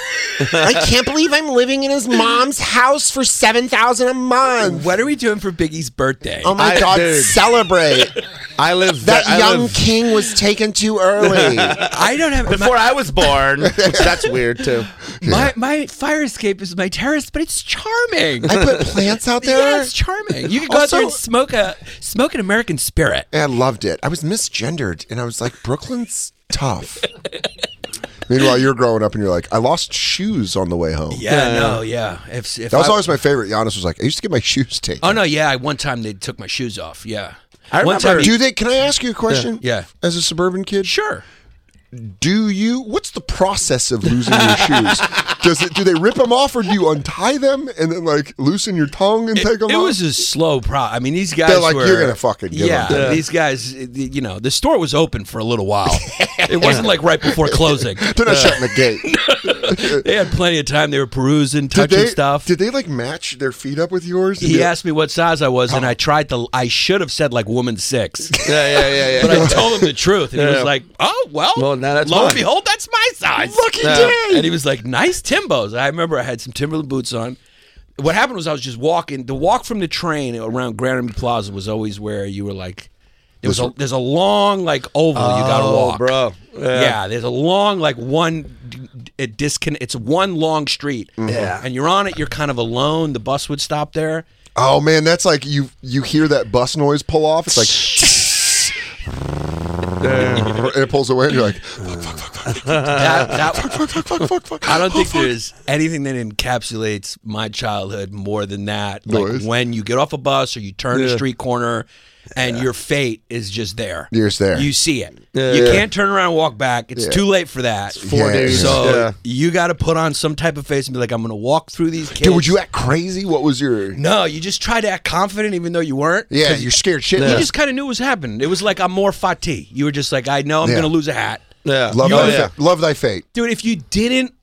Speaker 5: I can't believe I'm living in his mom's house for seven thousand a month.
Speaker 7: what are we doing for Biggie's birthday?
Speaker 5: Oh my
Speaker 6: I-
Speaker 5: God!
Speaker 6: dude.
Speaker 5: Celebrate.
Speaker 6: I live
Speaker 5: That
Speaker 6: I
Speaker 5: young
Speaker 6: live-
Speaker 5: king was taken too early.
Speaker 7: I don't have
Speaker 6: before I was born. which that's weird too.
Speaker 7: my, my my fire escape is my terrace, but it's charming.
Speaker 5: I put plants out there.
Speaker 7: Yeah, it's charming. You could go out there and
Speaker 5: Also-
Speaker 7: smoke a smoke an American spirit.
Speaker 5: And I loved it. I was misgendered, and I was like, Brooklyn's tough. Meanwhile, you're growing up, and you're like, I lost shoes on the way home.
Speaker 7: Yeah, no, yeah. If, if
Speaker 5: That was
Speaker 7: I-
Speaker 5: always my favorite. Giannis was like, I used to get my shoes taken.
Speaker 7: Oh no, yeah. I, one time they took my shoes off. Yeah,
Speaker 6: I
Speaker 7: one
Speaker 6: remember-
Speaker 7: time.
Speaker 5: Do they? Can I ask you a question?
Speaker 7: Yeah.
Speaker 5: As a suburban kid,
Speaker 7: sure.
Speaker 5: do you? What's the process of losing your shoes? Does it? Do they rip them off, or do you untie them and then like loosen your tongue and take them
Speaker 7: It
Speaker 5: off?
Speaker 7: was a slow pro. I mean, these guys
Speaker 5: They're like,
Speaker 7: were
Speaker 5: "You're gonna fucking give
Speaker 7: yeah,
Speaker 5: up." Yeah.
Speaker 7: These guys, uh, the- you know, the store was open for a little while. it wasn't like right before closing.
Speaker 5: They're not shutting the gate.
Speaker 7: They had plenty of time. They were perusing,
Speaker 5: Did
Speaker 7: touching
Speaker 5: they,
Speaker 7: stuff.
Speaker 5: did they like match their feet up with yours?
Speaker 7: he asked me what size I was, and I tried to. I should have said like woman six,
Speaker 6: Yeah, yeah, yeah, yeah.
Speaker 7: but I told him the truth, and he was
Speaker 6: Yeah.
Speaker 7: like, "Oh well,
Speaker 6: Well, now that's
Speaker 7: lo
Speaker 6: mine.
Speaker 7: and behold, that's my size." Lucky
Speaker 6: day.
Speaker 7: And he was like, "Nice Timbos." I remember I had some Timberland boots on. What happened was I was just walking. The walk from the train around Grand Army Plaza was always where you were like, there was a, there's a long like oval you got to
Speaker 6: Oh,
Speaker 7: walk,
Speaker 6: bro.
Speaker 7: Yeah.
Speaker 6: Yeah.
Speaker 7: there's a long like one. d- d- It discon- It's one long street, yeah.
Speaker 6: Mm-hmm.
Speaker 7: And you're on it. You're kind of alone. The bus would stop there.
Speaker 5: Oh man, that's like you you hear that bus noise pull off. It's like and it pulls away, and you're like, fuck, fuck, fuck, fuck,
Speaker 6: Uh-huh.
Speaker 7: That- that-
Speaker 5: fuck, fuck, fuck, fuck, fuck.
Speaker 7: I don't think there's anything that encapsulates my childhood more than that. Like
Speaker 5: Noise.
Speaker 7: when you get off a bus or you turn a street corner and your fate is just there.
Speaker 5: You're just there.
Speaker 7: You see it. you can't turn around and walk back. It's too late for that.
Speaker 5: four Yeah, days.
Speaker 7: So
Speaker 6: yeah.
Speaker 7: you got to put on some type of face and be like, I'm going to walk through these kids.
Speaker 5: Dude, would you act crazy? What was your?
Speaker 7: No, you just try to act confident even though you weren't.
Speaker 5: Yeah,
Speaker 7: 'Cause
Speaker 5: you're scared shitless.
Speaker 7: You just kind of knew what was happening. It was like I'm more fatih. You were just like, I know I'm
Speaker 5: Yeah.
Speaker 7: going to lose a hat.
Speaker 6: yeah.
Speaker 5: love,
Speaker 6: Oh,
Speaker 5: thy
Speaker 6: yeah.
Speaker 5: fa- love thy fate.
Speaker 7: dude. If you didn't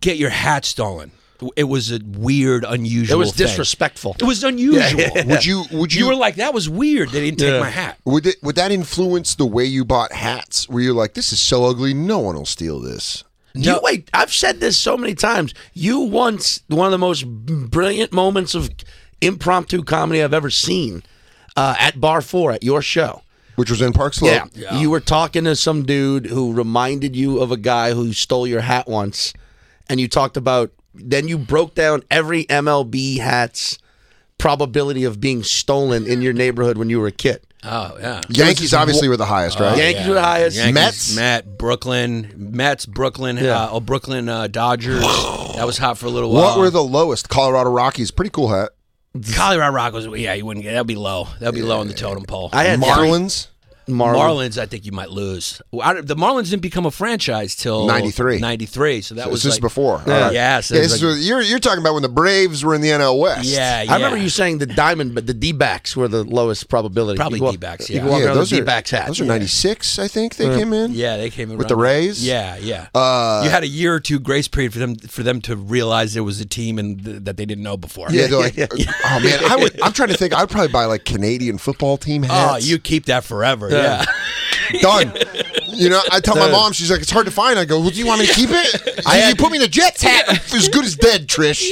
Speaker 7: get your hat stolen, it was a weird, unusual.
Speaker 6: It was
Speaker 7: thing.
Speaker 6: disrespectful.
Speaker 7: It was unusual.
Speaker 5: Would you? Would you?
Speaker 7: You were like, that was weird. They didn't take my hat.
Speaker 5: would it, would that influence the way you bought hats? Where you're like, this is so ugly, no one will steal this.
Speaker 6: You wait. I've said this so many times. You once one of the most brilliant moments of impromptu comedy I've ever seen uh, at Bar Four at your show.
Speaker 5: Which was in Park Slope.
Speaker 6: Yeah. You were talking to some dude who reminded you of a guy who stole your hat once, and you talked about then you broke down every MLB hat's probability of being stolen in your neighborhood when you were a kid.
Speaker 7: Oh yeah.
Speaker 5: Yankees obviously were the highest,
Speaker 7: Uh, Oh,
Speaker 5: right?
Speaker 6: Yankees were the highest.
Speaker 5: Mets?
Speaker 7: Met Brooklyn, Mets, Brooklyn, uh, oh, Brooklyn uh, Dodgers. that was hot for a little while.
Speaker 5: What were the lowest? Colorado Rockies, pretty cool hat.
Speaker 7: Colorado Rock was? Yeah, you wouldn't get. That'd be low. That'd be low on the totem pole.
Speaker 6: I had
Speaker 5: Marlins.
Speaker 6: Marlin.
Speaker 7: Marlins, I think you might lose. Well, I don't- the Marlins didn't become a franchise till
Speaker 5: 93.
Speaker 7: 93, so that
Speaker 5: This
Speaker 7: was
Speaker 5: is
Speaker 7: like-
Speaker 5: before.
Speaker 7: Yeah,
Speaker 5: All right.
Speaker 7: yeah, so
Speaker 5: Yeah,
Speaker 7: it was
Speaker 5: this
Speaker 7: like-
Speaker 5: was- you're you're talking about when the Braves were in the NL West.
Speaker 7: Yeah, yeah.
Speaker 6: I remember you saying the diamond, but the D backs were the lowest probability.
Speaker 7: Probably
Speaker 6: You walk-
Speaker 7: D-backs,
Speaker 6: You
Speaker 7: yeah.
Speaker 6: can walk
Speaker 5: Yeah,
Speaker 6: around with
Speaker 5: those
Speaker 6: a
Speaker 5: are-
Speaker 6: D backs hat.
Speaker 5: Those are '96, I think they came in.
Speaker 7: Mm. Yeah, they came in
Speaker 5: With the
Speaker 7: around-
Speaker 5: Rays?
Speaker 7: Yeah, yeah.
Speaker 5: Uh,
Speaker 7: you had a year or two grace period for them for them to realize there was a team and th- that they didn't know before.
Speaker 5: Yeah, they're like, oh man, I would, I'm trying to think. I'd probably buy like Canadian football team
Speaker 7: Oh,
Speaker 5: hats.
Speaker 7: you keep that forever. Yeah.
Speaker 5: done? You know, I tell my mom, she's like, it's hard to find. I go, well, do you want me to keep it? I, you put me in a Jets hat, I'm as good as dead, Trish.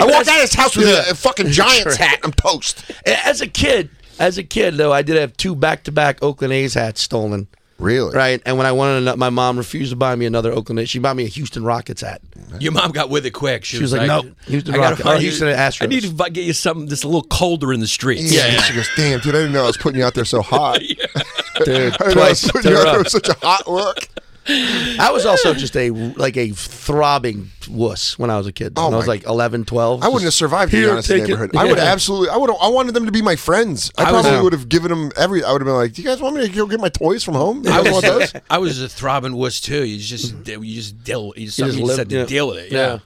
Speaker 5: I walked out of this house with a, a fucking Giants hat. I'm toast.
Speaker 6: As a kid, as a kid though, I did have two back to back Oakland A's hats stolen.
Speaker 5: Really?
Speaker 6: Right, and when I wanted another, my mom refused to buy me another Oakland. She bought me a Houston Rockets hat.
Speaker 7: Your mom got with it quick. She,
Speaker 6: She was like, "Nope, Houston
Speaker 7: I gotta
Speaker 6: Rockets-
Speaker 7: find
Speaker 6: or
Speaker 7: you-
Speaker 6: Houston Astros."
Speaker 7: I need to bu- get you something that's a little colder in the streets.
Speaker 5: Yeah. She goes, damn, dude, I didn't know I was putting you out there so hot.
Speaker 6: Dude,
Speaker 5: I didn't know I was
Speaker 6: twice
Speaker 5: putting
Speaker 6: in a
Speaker 5: you out there
Speaker 6: row.
Speaker 5: with such a hot look.
Speaker 6: I was also just a like a throbbing wuss when I was a kid.
Speaker 5: Oh
Speaker 6: when I was
Speaker 5: my-
Speaker 6: like 11, 12.
Speaker 5: I wouldn't have survived the
Speaker 6: Here,
Speaker 5: honest
Speaker 6: take it.
Speaker 5: neighborhood. I would
Speaker 6: Yeah.
Speaker 5: absolutely. I would. I wanted them to be my friends. I,
Speaker 7: I was-
Speaker 5: probably would have given them every. I would have been like, "Do you guys want me to go get my toys from home? You
Speaker 7: I
Speaker 5: guys want
Speaker 7: was,
Speaker 5: those?"
Speaker 7: I was a throbbing wuss too. You just you just deal you just,
Speaker 6: You
Speaker 7: something you just
Speaker 6: lived-
Speaker 7: had to
Speaker 6: yeah.
Speaker 7: deal with it. Yeah.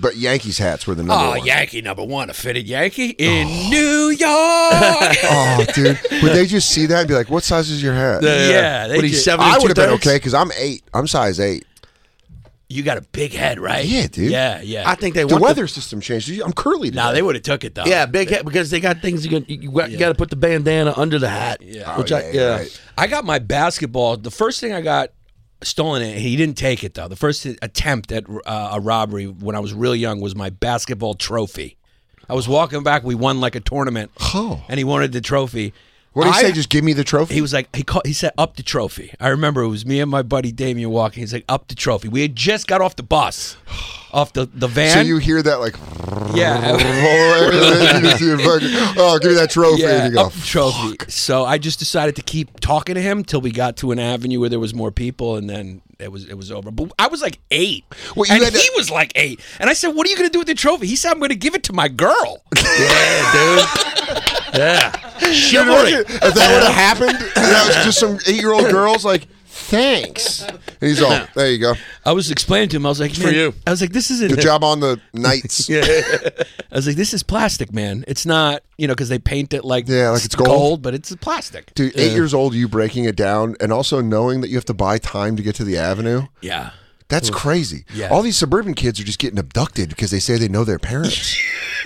Speaker 5: But Yankees hats were the number
Speaker 7: Oh,
Speaker 5: one.
Speaker 7: Yankee number one, a fitted Yankee in New York.
Speaker 5: Oh, dude, would they just see that and be like, "What size is your hat?"
Speaker 7: yeah, they
Speaker 6: What, he's
Speaker 7: just-
Speaker 6: seven and
Speaker 5: I would have been
Speaker 6: two-thirds?
Speaker 5: okay because I'm eight. I'm size eight.
Speaker 7: You got a big head, right?
Speaker 5: Yeah, dude.
Speaker 7: Yeah, yeah.
Speaker 6: I think they
Speaker 5: The
Speaker 6: want
Speaker 5: weather system changed. I'm curly.
Speaker 7: now
Speaker 5: today.
Speaker 7: they would have took it though.
Speaker 6: The, yeah, big hat because they got things you can, you, got, you got to put the bandana under the hat.
Speaker 7: Yeah.
Speaker 6: which I,
Speaker 5: Oh, yeah,
Speaker 6: yeah.
Speaker 5: right.
Speaker 7: I got my basketball. The first thing I got stolen, and he didn't take it though. The first attempt at uh, a robbery when I was real young was my basketball trophy. I was walking back. We won like a tournament,
Speaker 5: Oh.
Speaker 7: and he wanted the trophy.
Speaker 5: What do you
Speaker 7: I-
Speaker 5: say? Just give me the trophy.
Speaker 7: He was like, he called, he said, up the trophy. I remember it was me and my buddy Damien walking. He's like, up the trophy. We had just got off the bus, off the, the van.
Speaker 5: so you hear that like,
Speaker 7: yeah.
Speaker 5: oh, give me that trophy.
Speaker 7: Yeah,
Speaker 5: and you go,
Speaker 7: up the trophy. So I just decided to keep talking to him till we got to an avenue where there was more people, and then it was it was over. But I was like eight,
Speaker 5: Well, you
Speaker 7: and
Speaker 5: had
Speaker 7: he
Speaker 5: to-
Speaker 7: was like eight, and I said, "What are you going to do with the trophy?" He said, "I'm going to give it to my girl."
Speaker 5: Imagine if that would have happened, and that was just some eight-year-old girls like, thanks. And he's all, there you go.
Speaker 7: I was explaining to him. I was like,
Speaker 6: for
Speaker 7: "Man,"
Speaker 6: you.
Speaker 7: I was like, "This isn't."
Speaker 5: Good job on the knights.
Speaker 7: I was like, "This is plastic, man. It's not, you know, because they paint it like
Speaker 5: Yeah, like it's gold.
Speaker 7: but it's plastic."
Speaker 5: Dude, eight years old, you breaking it down, and also knowing that you have to buy time to get to the avenue.
Speaker 7: Yeah.
Speaker 5: That's crazy.
Speaker 7: Yeah.
Speaker 5: All these suburban kids are just getting abducted because they say they know their parents.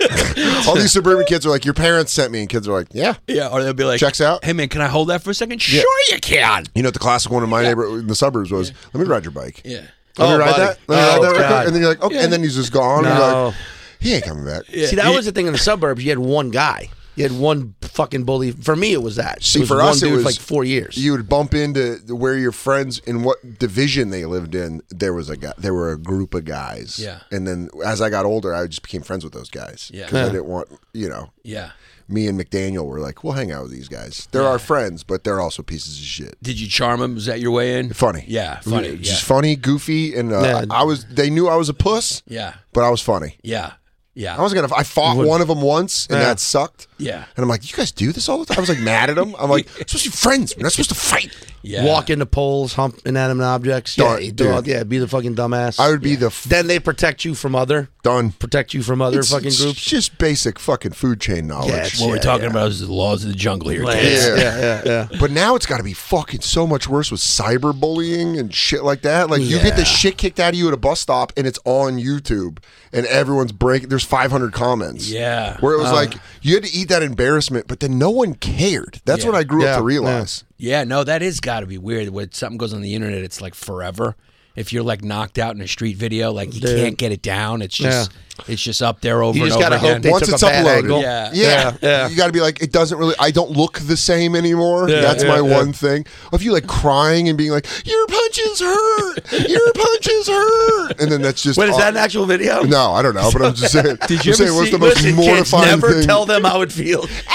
Speaker 5: All these suburban kids are like, your parents sent me, and kids are like, yeah.
Speaker 7: Yeah, or they'll be like,
Speaker 5: Checks out.
Speaker 7: Hey man, can I hold that for a second? Sure, you can.
Speaker 5: You know what the classic one in my neighborhood in the suburbs was? Let me ride your bike.
Speaker 7: Yeah.
Speaker 5: Let me
Speaker 6: Oh,
Speaker 5: ride
Speaker 6: buddy.
Speaker 5: that. Let me ride
Speaker 6: Oh,
Speaker 5: that real quick.
Speaker 6: God.
Speaker 5: And then you're like, okay. And then he's just gone. and you're
Speaker 6: No.
Speaker 5: like, he ain't coming back.
Speaker 6: See, that was the thing in the suburbs. You had one guy. You had one fucking bully. For me, it was that.
Speaker 5: See,
Speaker 6: it was
Speaker 5: for
Speaker 6: one
Speaker 5: us, it
Speaker 6: dude
Speaker 5: was
Speaker 6: like four years.
Speaker 5: You would bump into the- where your friends in what division they lived in. There was a guy. There were a group of guys.
Speaker 7: Yeah.
Speaker 5: And then as I got older, I just became friends with those guys.
Speaker 7: Yeah.
Speaker 5: Because I didn't want you know.
Speaker 7: Yeah.
Speaker 5: Me and McDaniel were like, we'll hang out with these guys. They're our friends, but they're also pieces of shit.
Speaker 7: Did you charm him? Was that your way in?
Speaker 5: Funny.
Speaker 7: Yeah, funny. Yeah.
Speaker 5: Just funny, goofy, and uh,
Speaker 6: Yeah.
Speaker 5: I, I was. They knew I was a puss,
Speaker 7: yeah.
Speaker 5: but I was funny.
Speaker 7: Yeah. Yeah.
Speaker 5: I was gonna. I fought one of them once, and that sucked.
Speaker 7: Yeah.
Speaker 5: And I'm like, you guys do this all the time. I was like mad at him. I'm like, we're supposed to be friends. We're not supposed to fight.
Speaker 7: yeah.
Speaker 6: Walk into poles, hump inanimate objects.
Speaker 5: Darn,
Speaker 6: yeah,
Speaker 5: dude.
Speaker 6: dog, yeah, be the fucking dumbass.
Speaker 5: I would be the f-
Speaker 6: then they protect you from other
Speaker 5: done.
Speaker 6: protect you from other
Speaker 5: It's-
Speaker 6: fucking
Speaker 5: it's
Speaker 6: groups.
Speaker 5: Just basic fucking food chain knowledge.
Speaker 7: What we're talking about is the laws of the jungle here. kids.
Speaker 5: yeah.
Speaker 6: yeah, yeah.
Speaker 5: But now it's got to be fucking so much worse with cyberbullying and shit like that. Like you get the shit kicked out of you at a bus stop, and it's on YouTube, and everyone's breaking. There's 500 comments.
Speaker 7: Yeah.
Speaker 5: where it
Speaker 6: Uh.
Speaker 5: was like you had to eat that embarrassment, but then no one cared. That's what I grew up to realize.
Speaker 7: Yeah, no, that is got to be weird. When something goes on the internet, it's like forever. If you're like knocked out in a street video, like you can't get it down. It's just it's just up there over
Speaker 6: You just
Speaker 7: and over
Speaker 6: gotta hope
Speaker 7: again.
Speaker 6: they
Speaker 5: Once
Speaker 6: took
Speaker 5: it's
Speaker 6: a bad angle.
Speaker 5: uploaded,
Speaker 7: Yeah.
Speaker 5: yeah,
Speaker 6: Yeah, yeah.
Speaker 5: you got to be like, it doesn't really. I don't look the same anymore. That's my one thing. If you like crying and being like, your punches hurt, your punches hurt, and then that's just.
Speaker 6: Wait, is that an
Speaker 5: all-
Speaker 6: actual video?
Speaker 5: No, I don't know, but I'm just saying.
Speaker 7: Did you
Speaker 5: I'm
Speaker 7: ever
Speaker 5: saying, what's
Speaker 7: see-
Speaker 5: the most
Speaker 6: Listen, kids,
Speaker 5: mortifying
Speaker 6: never
Speaker 5: thing?
Speaker 6: tell them how it feels.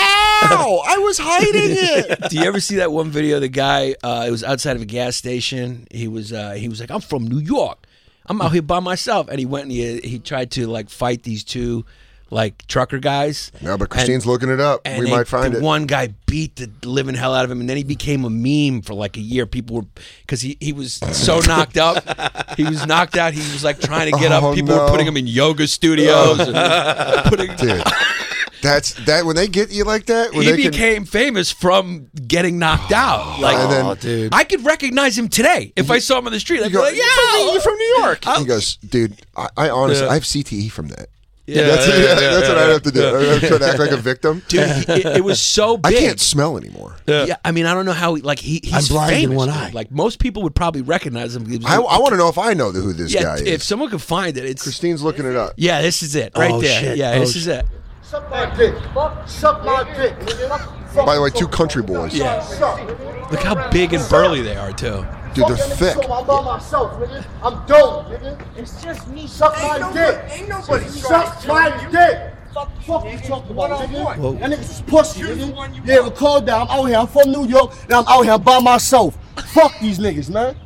Speaker 5: Ow! I was hiding it.
Speaker 7: Do you ever see that one video? The guy, uh, it was outside of a gas station. He was, uh, he was like, "I'm from New York. I'm out here by myself." And he went and he, he tried to like fight these two, like trucker guys.
Speaker 5: No, but
Speaker 7: And-
Speaker 5: Christine's looking it up.
Speaker 7: and
Speaker 5: We
Speaker 7: they-
Speaker 5: might find
Speaker 7: the
Speaker 5: it.
Speaker 7: One guy beat the living hell out of him, and then he became a meme for like a year. People were because he, he was so knocked up, he was knocked out. He was like trying to get
Speaker 5: Oh,
Speaker 7: up. People
Speaker 5: no.
Speaker 7: were putting him in yoga studios. and putting,
Speaker 5: Dude, that's that when they get you like that. When
Speaker 7: he
Speaker 5: they can-
Speaker 7: became famous from getting knocked out. Like,
Speaker 5: And then- Oh, dude.
Speaker 7: I could recognize him today if I saw him on the street. I'd be
Speaker 5: go,
Speaker 7: like, "Yeah,
Speaker 5: "You're from
Speaker 7: New York."
Speaker 5: he goes, dude, I, I honestly, I have CTE from that. Yeah,
Speaker 7: Yeah,
Speaker 5: that's, that's what I have to do. I'm trying to act like a victim.
Speaker 7: Dude, he- it, it was so
Speaker 5: I
Speaker 7: big.
Speaker 5: can't smell anymore.
Speaker 7: Yeah. I mean, I don't know how. he- Like, he, he's
Speaker 6: I'm blind in
Speaker 7: famous,
Speaker 6: one
Speaker 7: dude.
Speaker 6: eye.
Speaker 7: Like, most people would probably recognize him. He was
Speaker 5: I,
Speaker 7: like-
Speaker 5: I want to know if I know who this
Speaker 7: yeah,
Speaker 5: guy
Speaker 7: if
Speaker 5: is.
Speaker 7: someone could find it, it's
Speaker 5: Christine's looking it up.
Speaker 7: yeah, this is it right
Speaker 6: Oh,
Speaker 7: there.
Speaker 6: shit.
Speaker 7: Yeah,
Speaker 6: Oh,
Speaker 7: this
Speaker 6: sh-
Speaker 7: is it.
Speaker 8: Suck my dick. Suck my dick.
Speaker 5: By the way, two country boys.
Speaker 7: Yeah. Look how big and burly they are too.
Speaker 5: Dude, they're thick.
Speaker 8: I'm by myself, nigga. I'm dope, nigga. It's just me. Suck my dick. Ain't nobody Suck my dick. Fuck, fuck you talking about, nigga. That nigga's just pussy, nigga. Yeah, but calm down. I'm out here. I'm from New York, and I'm out here by myself. Fuck these niggas, man.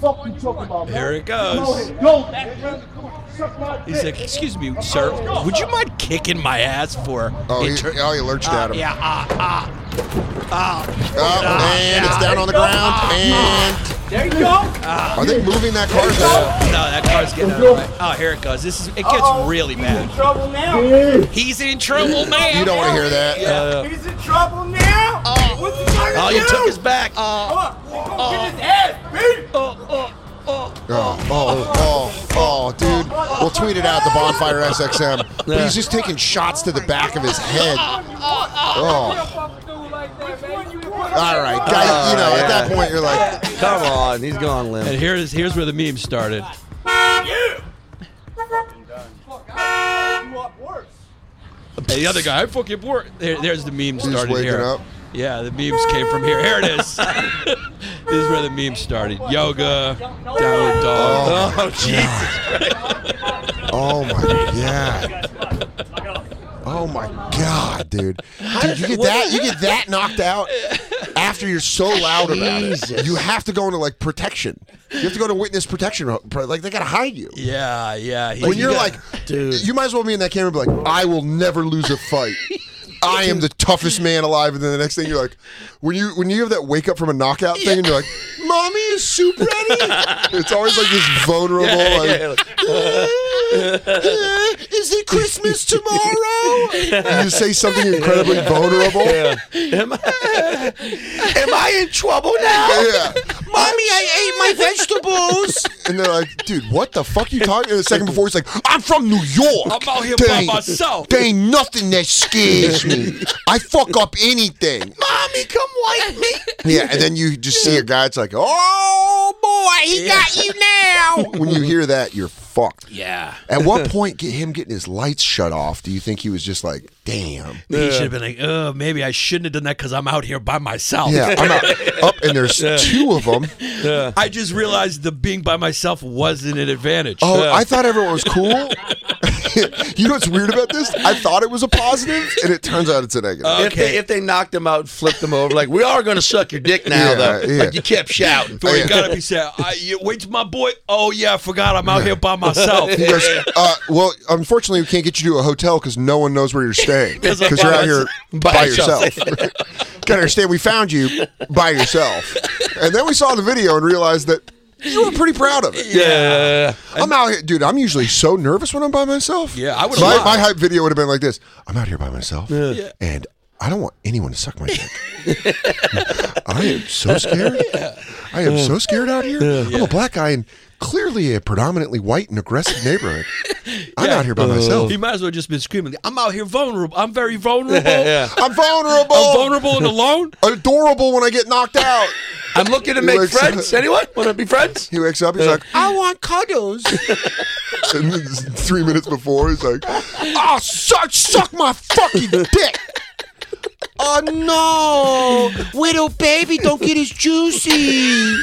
Speaker 8: Fuck you talking about, man.
Speaker 7: Here it goes.
Speaker 8: I'm out here dope, nigga. Suck my dick.
Speaker 7: He's like, "Excuse me, sir, would you mind kicking my ass for?"
Speaker 5: Oh, he,
Speaker 7: inter-
Speaker 5: oh, he lurched at
Speaker 8: Uh,
Speaker 5: him.
Speaker 7: yeah, ah, ah, ah.
Speaker 5: Oh, and it's down on the ground. And
Speaker 8: Uh, There you go.
Speaker 5: Are they moving that car? Is that-
Speaker 7: No, that car's getting out of the way. Oh, here it goes. This is it gets really
Speaker 8: He's in
Speaker 7: bad.
Speaker 8: trouble now.
Speaker 7: He's in trouble now.
Speaker 5: You don't want to hear that.
Speaker 8: He's in trouble now. What's he gonna
Speaker 7: Oh,
Speaker 8: do?
Speaker 7: you took his back. Oh,
Speaker 8: Come
Speaker 9: Uh,
Speaker 8: on, they gonna get his ass beat.
Speaker 5: Oh, oh, oh, oh, dude. We'll tweet it out, the Bonfire SXM. But he's just taking shots to the back of his head. Oh. All right, guy, you know, at that point, you're like,
Speaker 6: Come on, he's gone
Speaker 7: And
Speaker 6: limp.
Speaker 7: here's here's where the meme started.
Speaker 8: You up worse.
Speaker 7: And the other guy, I fucking bored. There, there's the meme
Speaker 5: He's
Speaker 7: started
Speaker 5: waking
Speaker 7: here.
Speaker 5: up.
Speaker 7: Yeah, the memes came from here. Here it is. this is where the meme started. Yoga, downward dog.
Speaker 5: oh, oh my god. Oh my god, dude. Dude, you get that you get that knocked out after you're so loud about it. You have to go into like protection. You have to go to witness protection. Like they gotta hide you.
Speaker 7: Yeah, yeah. he-
Speaker 5: when you're
Speaker 7: he got-
Speaker 5: like, dude, you might as well be in that camera. And be like, I will never lose a fight. I am the toughest man alive. And then the next thing you're like, when you when you have that wake up from a knockout thing, and you're like, mommy is soup ready. it's always like this vulnerable. like, is it Christmas tomorrow? And you say something incredibly vulnerable. Yeah.
Speaker 6: Am I in trouble now?
Speaker 5: Mommy, I ate my vegetables. And they're like, dude, what the fuck you talking? And the second before, he's like, I'm from New York.
Speaker 7: I'm out here
Speaker 5: They-
Speaker 7: by myself.
Speaker 5: There ain't nothing that scares me. I fuck up anything.
Speaker 6: Mommy, come wipe me.
Speaker 5: Yeah, and then you just see a guy. It's like, oh boy, he got you now. When you hear that, you're fucked.
Speaker 7: yeah.
Speaker 5: At what point, get him getting his lights shut off? Do you think he was just like, damn?
Speaker 7: He should have been like, oh, maybe I shouldn't have done that because I'm out here by myself.
Speaker 5: Yeah, I'm out, up, and there's two of them.
Speaker 7: I just realized the being by myself wasn't an advantage.
Speaker 5: Oh, I thought everyone was cool. you know what's weird about this? I thought it was a positive, and it turns out it's a negative.
Speaker 6: If they if they knocked him out, and flipped him over, like we are gonna suck your dick now,
Speaker 5: Yeah,
Speaker 6: though.
Speaker 5: yeah.
Speaker 6: Like you kept shouting.
Speaker 7: But you gotta be sad. I, you, wait till my boy. Oh yeah, I forgot I'm out here by myself.
Speaker 5: He goes, uh, well, unfortunately, we can't get you to a hotel because no one knows where you're staying because
Speaker 7: I'm
Speaker 5: you're
Speaker 7: by
Speaker 5: out here by,
Speaker 6: by
Speaker 5: yourself.
Speaker 6: yourself.
Speaker 5: Gotta understand, we found you by yourself, and then we saw the video and realized that you were pretty proud of it.
Speaker 6: Yeah.
Speaker 5: I'm out here, dude. I'm usually so nervous when I'm by myself.
Speaker 7: Yeah, I would've
Speaker 5: My,
Speaker 7: lied.
Speaker 5: my hype video would have been like this: I'm out here by myself, and I don't want anyone to suck my dick. I am so scared. I am so scared out here. I'm a black guy in clearly a predominantly white and aggressive neighborhood. I'm out here by myself.
Speaker 7: Uh, He might as well just been screaming. I'm out here vulnerable. I'm very vulnerable.
Speaker 5: I'm vulnerable.
Speaker 7: I'm vulnerable and alone.
Speaker 5: Adorable when I get knocked out.
Speaker 6: I'm looking to
Speaker 5: He
Speaker 6: make
Speaker 5: wakes
Speaker 6: friends.
Speaker 5: up-
Speaker 6: Anyone want to be friends?
Speaker 5: He wakes
Speaker 7: Uh,
Speaker 5: up. He's like, I want cuddles. and then three minutes before, he's like, Oh, suck, suck my fucking dick.
Speaker 1: Oh no, little baby, don't get his juicy.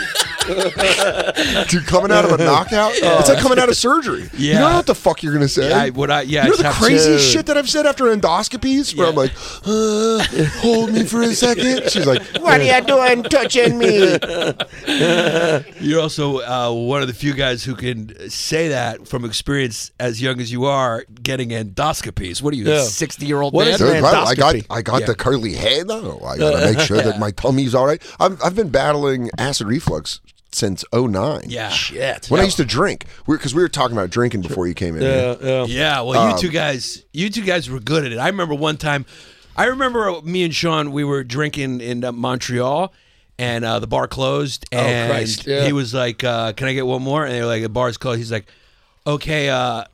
Speaker 5: Dude, coming out of a knockout, it's like coming out of surgery. You
Speaker 7: Oh, Yeah.
Speaker 5: know what the fuck you're gonna say.
Speaker 7: I would. I yeah.
Speaker 5: you know
Speaker 7: it's
Speaker 5: the
Speaker 7: happened-
Speaker 5: craziest shit that I've said after endoscopies, where I'm like, uh, "Hold me for a second. She's like,
Speaker 1: What are you doing touching me?
Speaker 7: You're also uh, one of the few guys who can say that from experience, as young as you are, getting endoscopies. What are you, a sixty-year-old
Speaker 6: What
Speaker 7: man?
Speaker 6: is
Speaker 5: "Dude,
Speaker 6: an
Speaker 5: bro, I got,
Speaker 6: endoscopy.
Speaker 5: I got the curly head. Oh, I gotta make sure that my tummy's all right. I'm, I've been battling acid reflux since '09.
Speaker 7: yeah.
Speaker 6: Shit.
Speaker 5: When I used to drink, because we, were talking about drinking before you came in. here.
Speaker 7: Yeah, well, you two
Speaker 6: Um,
Speaker 7: guys, you two guys were good at it. I remember one time, I remember uh, me and Sean, we were drinking in uh, Montreal, and uh, the bar closed, and
Speaker 6: Oh, Christ, yeah.
Speaker 7: he was like, uh, "Can I get one more?" And they were like, "The bar's closed." He's like, "Okay, uh,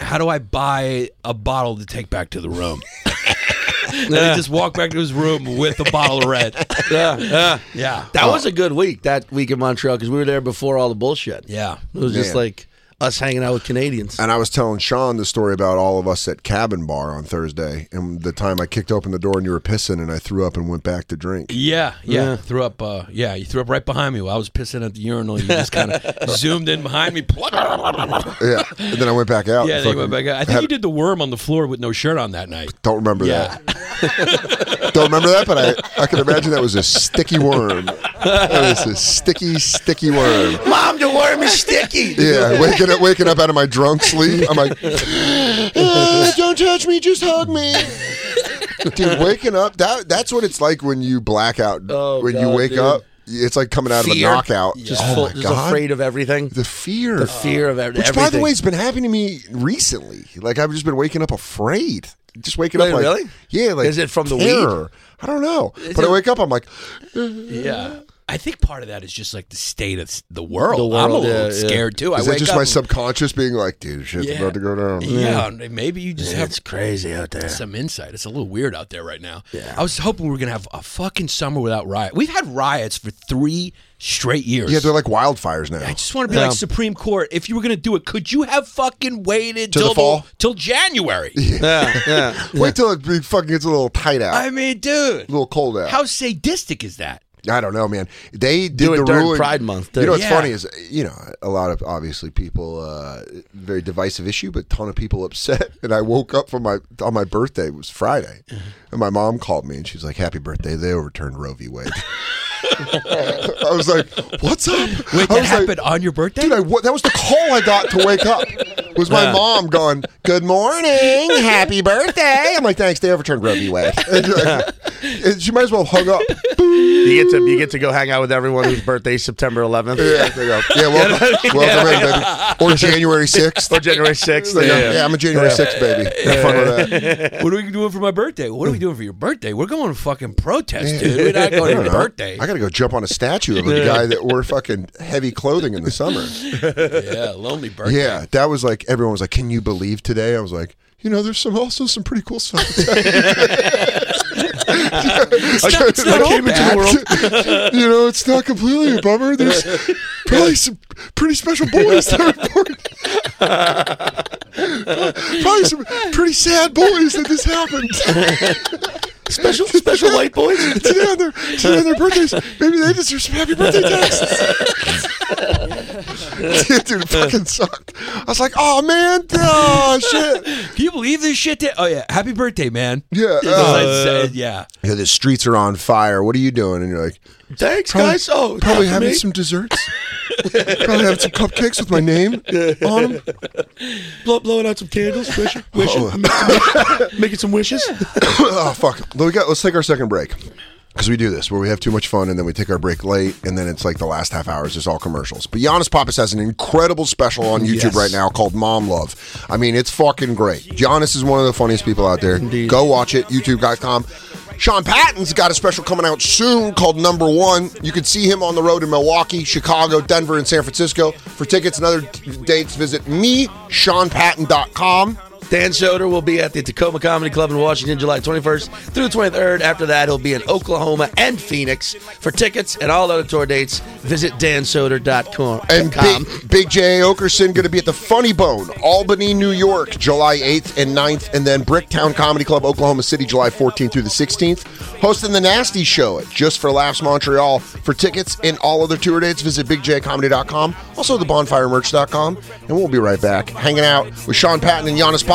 Speaker 7: how do I buy a bottle to take back to the room?" and he just walked back to his room with a bottle of red.
Speaker 6: Yeah, yeah.
Speaker 7: Yeah,
Speaker 6: That was a good week. That week in Montreal because we were there before all the bullshit.
Speaker 7: yeah.
Speaker 6: It was just
Speaker 5: Yeah.
Speaker 6: like us hanging out with Canadians.
Speaker 5: And I was telling Sean the story about all of us at Cabin Bar on Thursday, and the time I kicked open the door and you were pissing, and I threw up and went back to drink.
Speaker 7: Yeah, yeah, Threw up. Uh, yeah, you threw up right behind me. While I was pissing at the urinal. You just kind of zoomed in behind me.
Speaker 5: Yeah, and then I went back out.
Speaker 7: Yeah,
Speaker 5: and
Speaker 7: they
Speaker 5: fucking
Speaker 7: went back. out. I think
Speaker 5: had-
Speaker 7: you did the worm on the floor with no shirt on that night.
Speaker 5: Don't remember
Speaker 7: Yeah.
Speaker 5: that. Don't remember that, but I, I can imagine that was a sticky worm. That was a sticky, sticky worm.
Speaker 6: Mom, the worm is sticky.
Speaker 5: Yeah, waking up, waking up out of my drunk sleep. I'm like, "Uh, don't touch me, just hug me. Dude, waking up that that's what it's like when you black out.
Speaker 6: Oh,
Speaker 5: when you
Speaker 6: God,
Speaker 5: wake
Speaker 6: dude.
Speaker 5: up It's like coming out of a
Speaker 6: Fear.
Speaker 5: knockout.
Speaker 6: Just,
Speaker 5: oh
Speaker 6: full,
Speaker 5: my
Speaker 6: just
Speaker 5: God.
Speaker 6: afraid of everything.
Speaker 5: The fear.
Speaker 6: The fear of every-
Speaker 5: Which, by the
Speaker 6: everything.
Speaker 5: way, has been happening to me recently. Like I've just been waking up afraid. Just waking
Speaker 6: Wait,
Speaker 5: up like
Speaker 6: really?
Speaker 5: yeah, like
Speaker 6: Is it from the weed?
Speaker 5: terror. I don't know, but I wake up. I'm like,
Speaker 7: Yeah. I think part of that is just like the state of s- the world.
Speaker 6: The
Speaker 7: I'm a
Speaker 6: world,
Speaker 7: little
Speaker 6: yeah, yeah.
Speaker 7: scared too. I
Speaker 5: is that
Speaker 7: wake
Speaker 5: just
Speaker 7: up
Speaker 5: my
Speaker 7: and-
Speaker 5: subconscious being like, dude, shit's
Speaker 7: Yeah.
Speaker 5: about to go down?
Speaker 7: Yeah, and maybe you just have
Speaker 6: It's crazy out there.
Speaker 7: some insight. It's a little weird out there right now. Yeah. I was hoping we were gonna have a fucking summer without riot. We've had riots for three straight years.
Speaker 5: Yeah, they're like wildfires now.
Speaker 7: I just want to be like Supreme Court. If you were gonna do it, could you have fucking waited
Speaker 5: Till the
Speaker 7: till
Speaker 5: fall?
Speaker 7: till January?
Speaker 6: Yeah, yeah.
Speaker 5: Wait till it be- fucking gets a little tight out,
Speaker 7: I mean, dude,
Speaker 5: a little cold out.
Speaker 7: how sadistic is that?
Speaker 5: I don't know, man. They did
Speaker 6: Do it
Speaker 5: the
Speaker 6: during
Speaker 5: ruling.
Speaker 6: Pride Month, too.
Speaker 5: You know what's
Speaker 7: Yeah.
Speaker 5: funny is you know a lot of obviously people uh, very divisive issue, but ton of people upset. And I woke up from my on my birthday it was Friday,
Speaker 6: Uh-huh.
Speaker 5: and my mom called me and she's like, "Happy birthday!" They overturned Roe v. Wade. I was like, "What's up?" I
Speaker 7: Wait, that
Speaker 5: was like,
Speaker 7: happened on your birthday?
Speaker 5: dude. I, wa- that was the call I got to wake up. Was my mom going, "Good morning, happy birthday"? I'm like, "Thanks." They overturned Roe v. Wade. And, like, and she might as well hung up.
Speaker 6: you get to you get to go hang out with everyone whose birthday is September 11th
Speaker 5: Yeah, there you go. Yeah, welcome, welcome in, baby. Or January 6th.
Speaker 6: or January 6th.
Speaker 5: There you go.
Speaker 6: Yeah.
Speaker 5: yeah. I'm a January 6th baby. Have fun with that.
Speaker 7: what are we doing for my birthday? What are we doing for your birthday? We're going to fucking protest, dude. We're not going to your birthday.
Speaker 5: I gotta go jump on a statue of a guy that wore fucking heavy clothing in the summer.
Speaker 7: Yeah, lonely birthday.
Speaker 5: Yeah, that was like everyone was like, "Can you believe today?" I was like, "You know, there's some also some pretty cool stuff."
Speaker 7: it's not
Speaker 5: I
Speaker 7: all
Speaker 5: came into
Speaker 7: bad.
Speaker 5: the world. you know, it's not completely a bummer. There's probably some pretty special boys that are born. probably some pretty sad boys that this happened.
Speaker 6: Special special white boys.
Speaker 5: today on their today on their birthdays, maybe they deserve some happy birthday texts. Dude, it fucking sucked. I was like, oh man, oh shit.
Speaker 7: Can you believe this shit? That, oh yeah, happy birthday, man.
Speaker 5: Yeah,
Speaker 7: It's
Speaker 5: uh,
Speaker 7: like said- yeah.
Speaker 5: Yeah, the streets are on fire. What are you doing? And you're like,
Speaker 6: Thanks,
Speaker 5: Probably-
Speaker 6: guys. Oh,
Speaker 5: probably
Speaker 6: not for
Speaker 5: having
Speaker 6: me.
Speaker 5: some desserts. probably having some cupcakes with my name on them.
Speaker 6: Blow, blowing out some candles, wishing, wishing making some wishes.
Speaker 5: oh fuck. Well, we got. Let's take our second break. Because we do this where we have too much fun and then we take our break late and then it's like the last half hour is just all commercials. But Giannis Pappas has an incredible special on YouTube right now called Mom Love. I mean, it's fucking great. Giannis is one of the funniest people out there. Go watch it, youtube.com. Sean Patton's got a special coming out soon called Number One. You can see him on the road in Milwaukee, Chicago, Denver, and San Francisco. For tickets and other t- dates, visit me, SeanPatton.com.
Speaker 6: Dan Soder will be at the Tacoma Comedy Club in Washington July 21st through the 23rd. After that, he'll be in Oklahoma and Phoenix. For tickets and all other tour dates, visit dansoder.com.
Speaker 5: And Big, Big J Okerson going to be at the Funny Bone, Albany, New York, July 8th and 9th, and then Bricktown Comedy Club, Oklahoma City, July 14th through the 16th. Hosting the Nasty Show at Just for Laughs Montreal. For tickets and all other tour dates, visit bigjcomedy.com, also thebonfiremerch.com, and we'll be right back hanging out with Sean Patton and Giannis Pappas.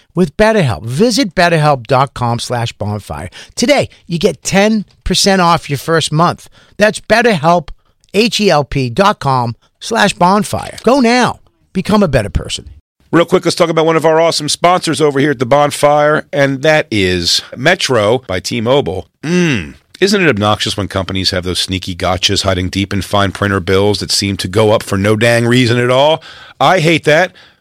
Speaker 1: with BetterHelp. Visit betterhelp.com slash bonfire. Today, you get 10% off your first month. That's betterhelp, H E L P dot com slash bonfire. Go now. Become a better person.
Speaker 9: Real quick, let's talk about one of our awesome sponsors over here at the bonfire, and that is Metro by T Mobile. Mmm. Isn't it obnoxious when companies have those sneaky gotchas hiding deep in fine printer bills that seem to go up for no dang reason at all? I hate that.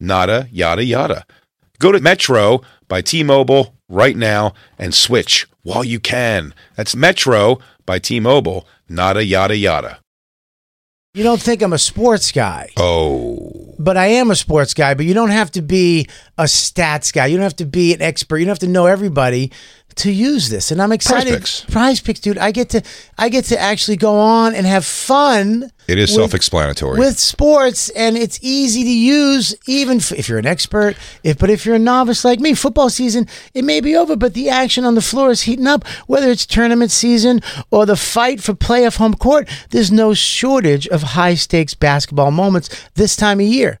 Speaker 9: nada, yada, yada. Go to Metro by T Mobile right now and switch while you can. That's Metro by T Mobile, nada, yada, yada.
Speaker 1: You don't think I'm a sports guy,
Speaker 9: Oh.
Speaker 1: but I am a sports guy, but you don't have to be a stats guy. You don't have to be an expert. You don't have to know everybody to use this. And I'm excited.
Speaker 9: Picks.
Speaker 1: Prize picks, dude. I get to I get to actually go on and have fun.
Speaker 9: It is
Speaker 1: with-
Speaker 9: self explanatory.
Speaker 1: With sports, and it's easy to use, even f- if you're an expert. If but if you're a novice like me, football season it may be over, but the action on the floor is heating up. Whether it's tournament season or the fight for playoff home court, there's no shortage of high stakes basketball moments this time of year.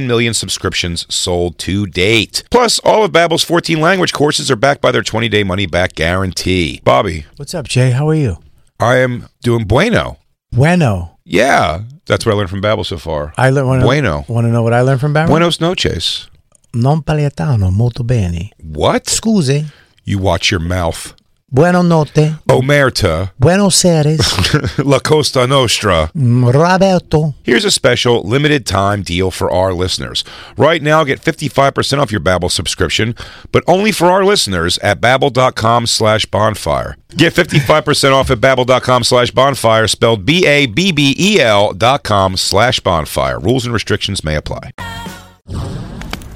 Speaker 9: million subscriptions sold to date. Plus, all of Babbel's 14 language courses are backed by their 20-day money-back guarantee. Bobby,
Speaker 1: What's up, Jay? How are you?
Speaker 9: I am doing bueno.
Speaker 1: Bueno.
Speaker 9: Yeah, that's what I learned from Babbel so far.
Speaker 1: I learned wanna,
Speaker 9: bueno.
Speaker 1: Want to know what I learned from Barry?
Speaker 9: Buenos noches.
Speaker 1: Non paliatano, molto bene.
Speaker 9: What?
Speaker 1: Scusi.
Speaker 9: You watch your mouth.
Speaker 1: Buenos notte.
Speaker 9: Omerta,
Speaker 1: Buenos Aires.
Speaker 9: La Costa Nostra.
Speaker 1: Roberto.
Speaker 9: Here's a special limited time deal for our listeners. Right now, get 55% off your Babbel subscription, but only for our listeners at babbel.com slash bonfire. Get 55% off at babbel.com slash bonfire, spelled B-A-B-B-E-L E dot com slash bonfire. Rules and restrictions may apply.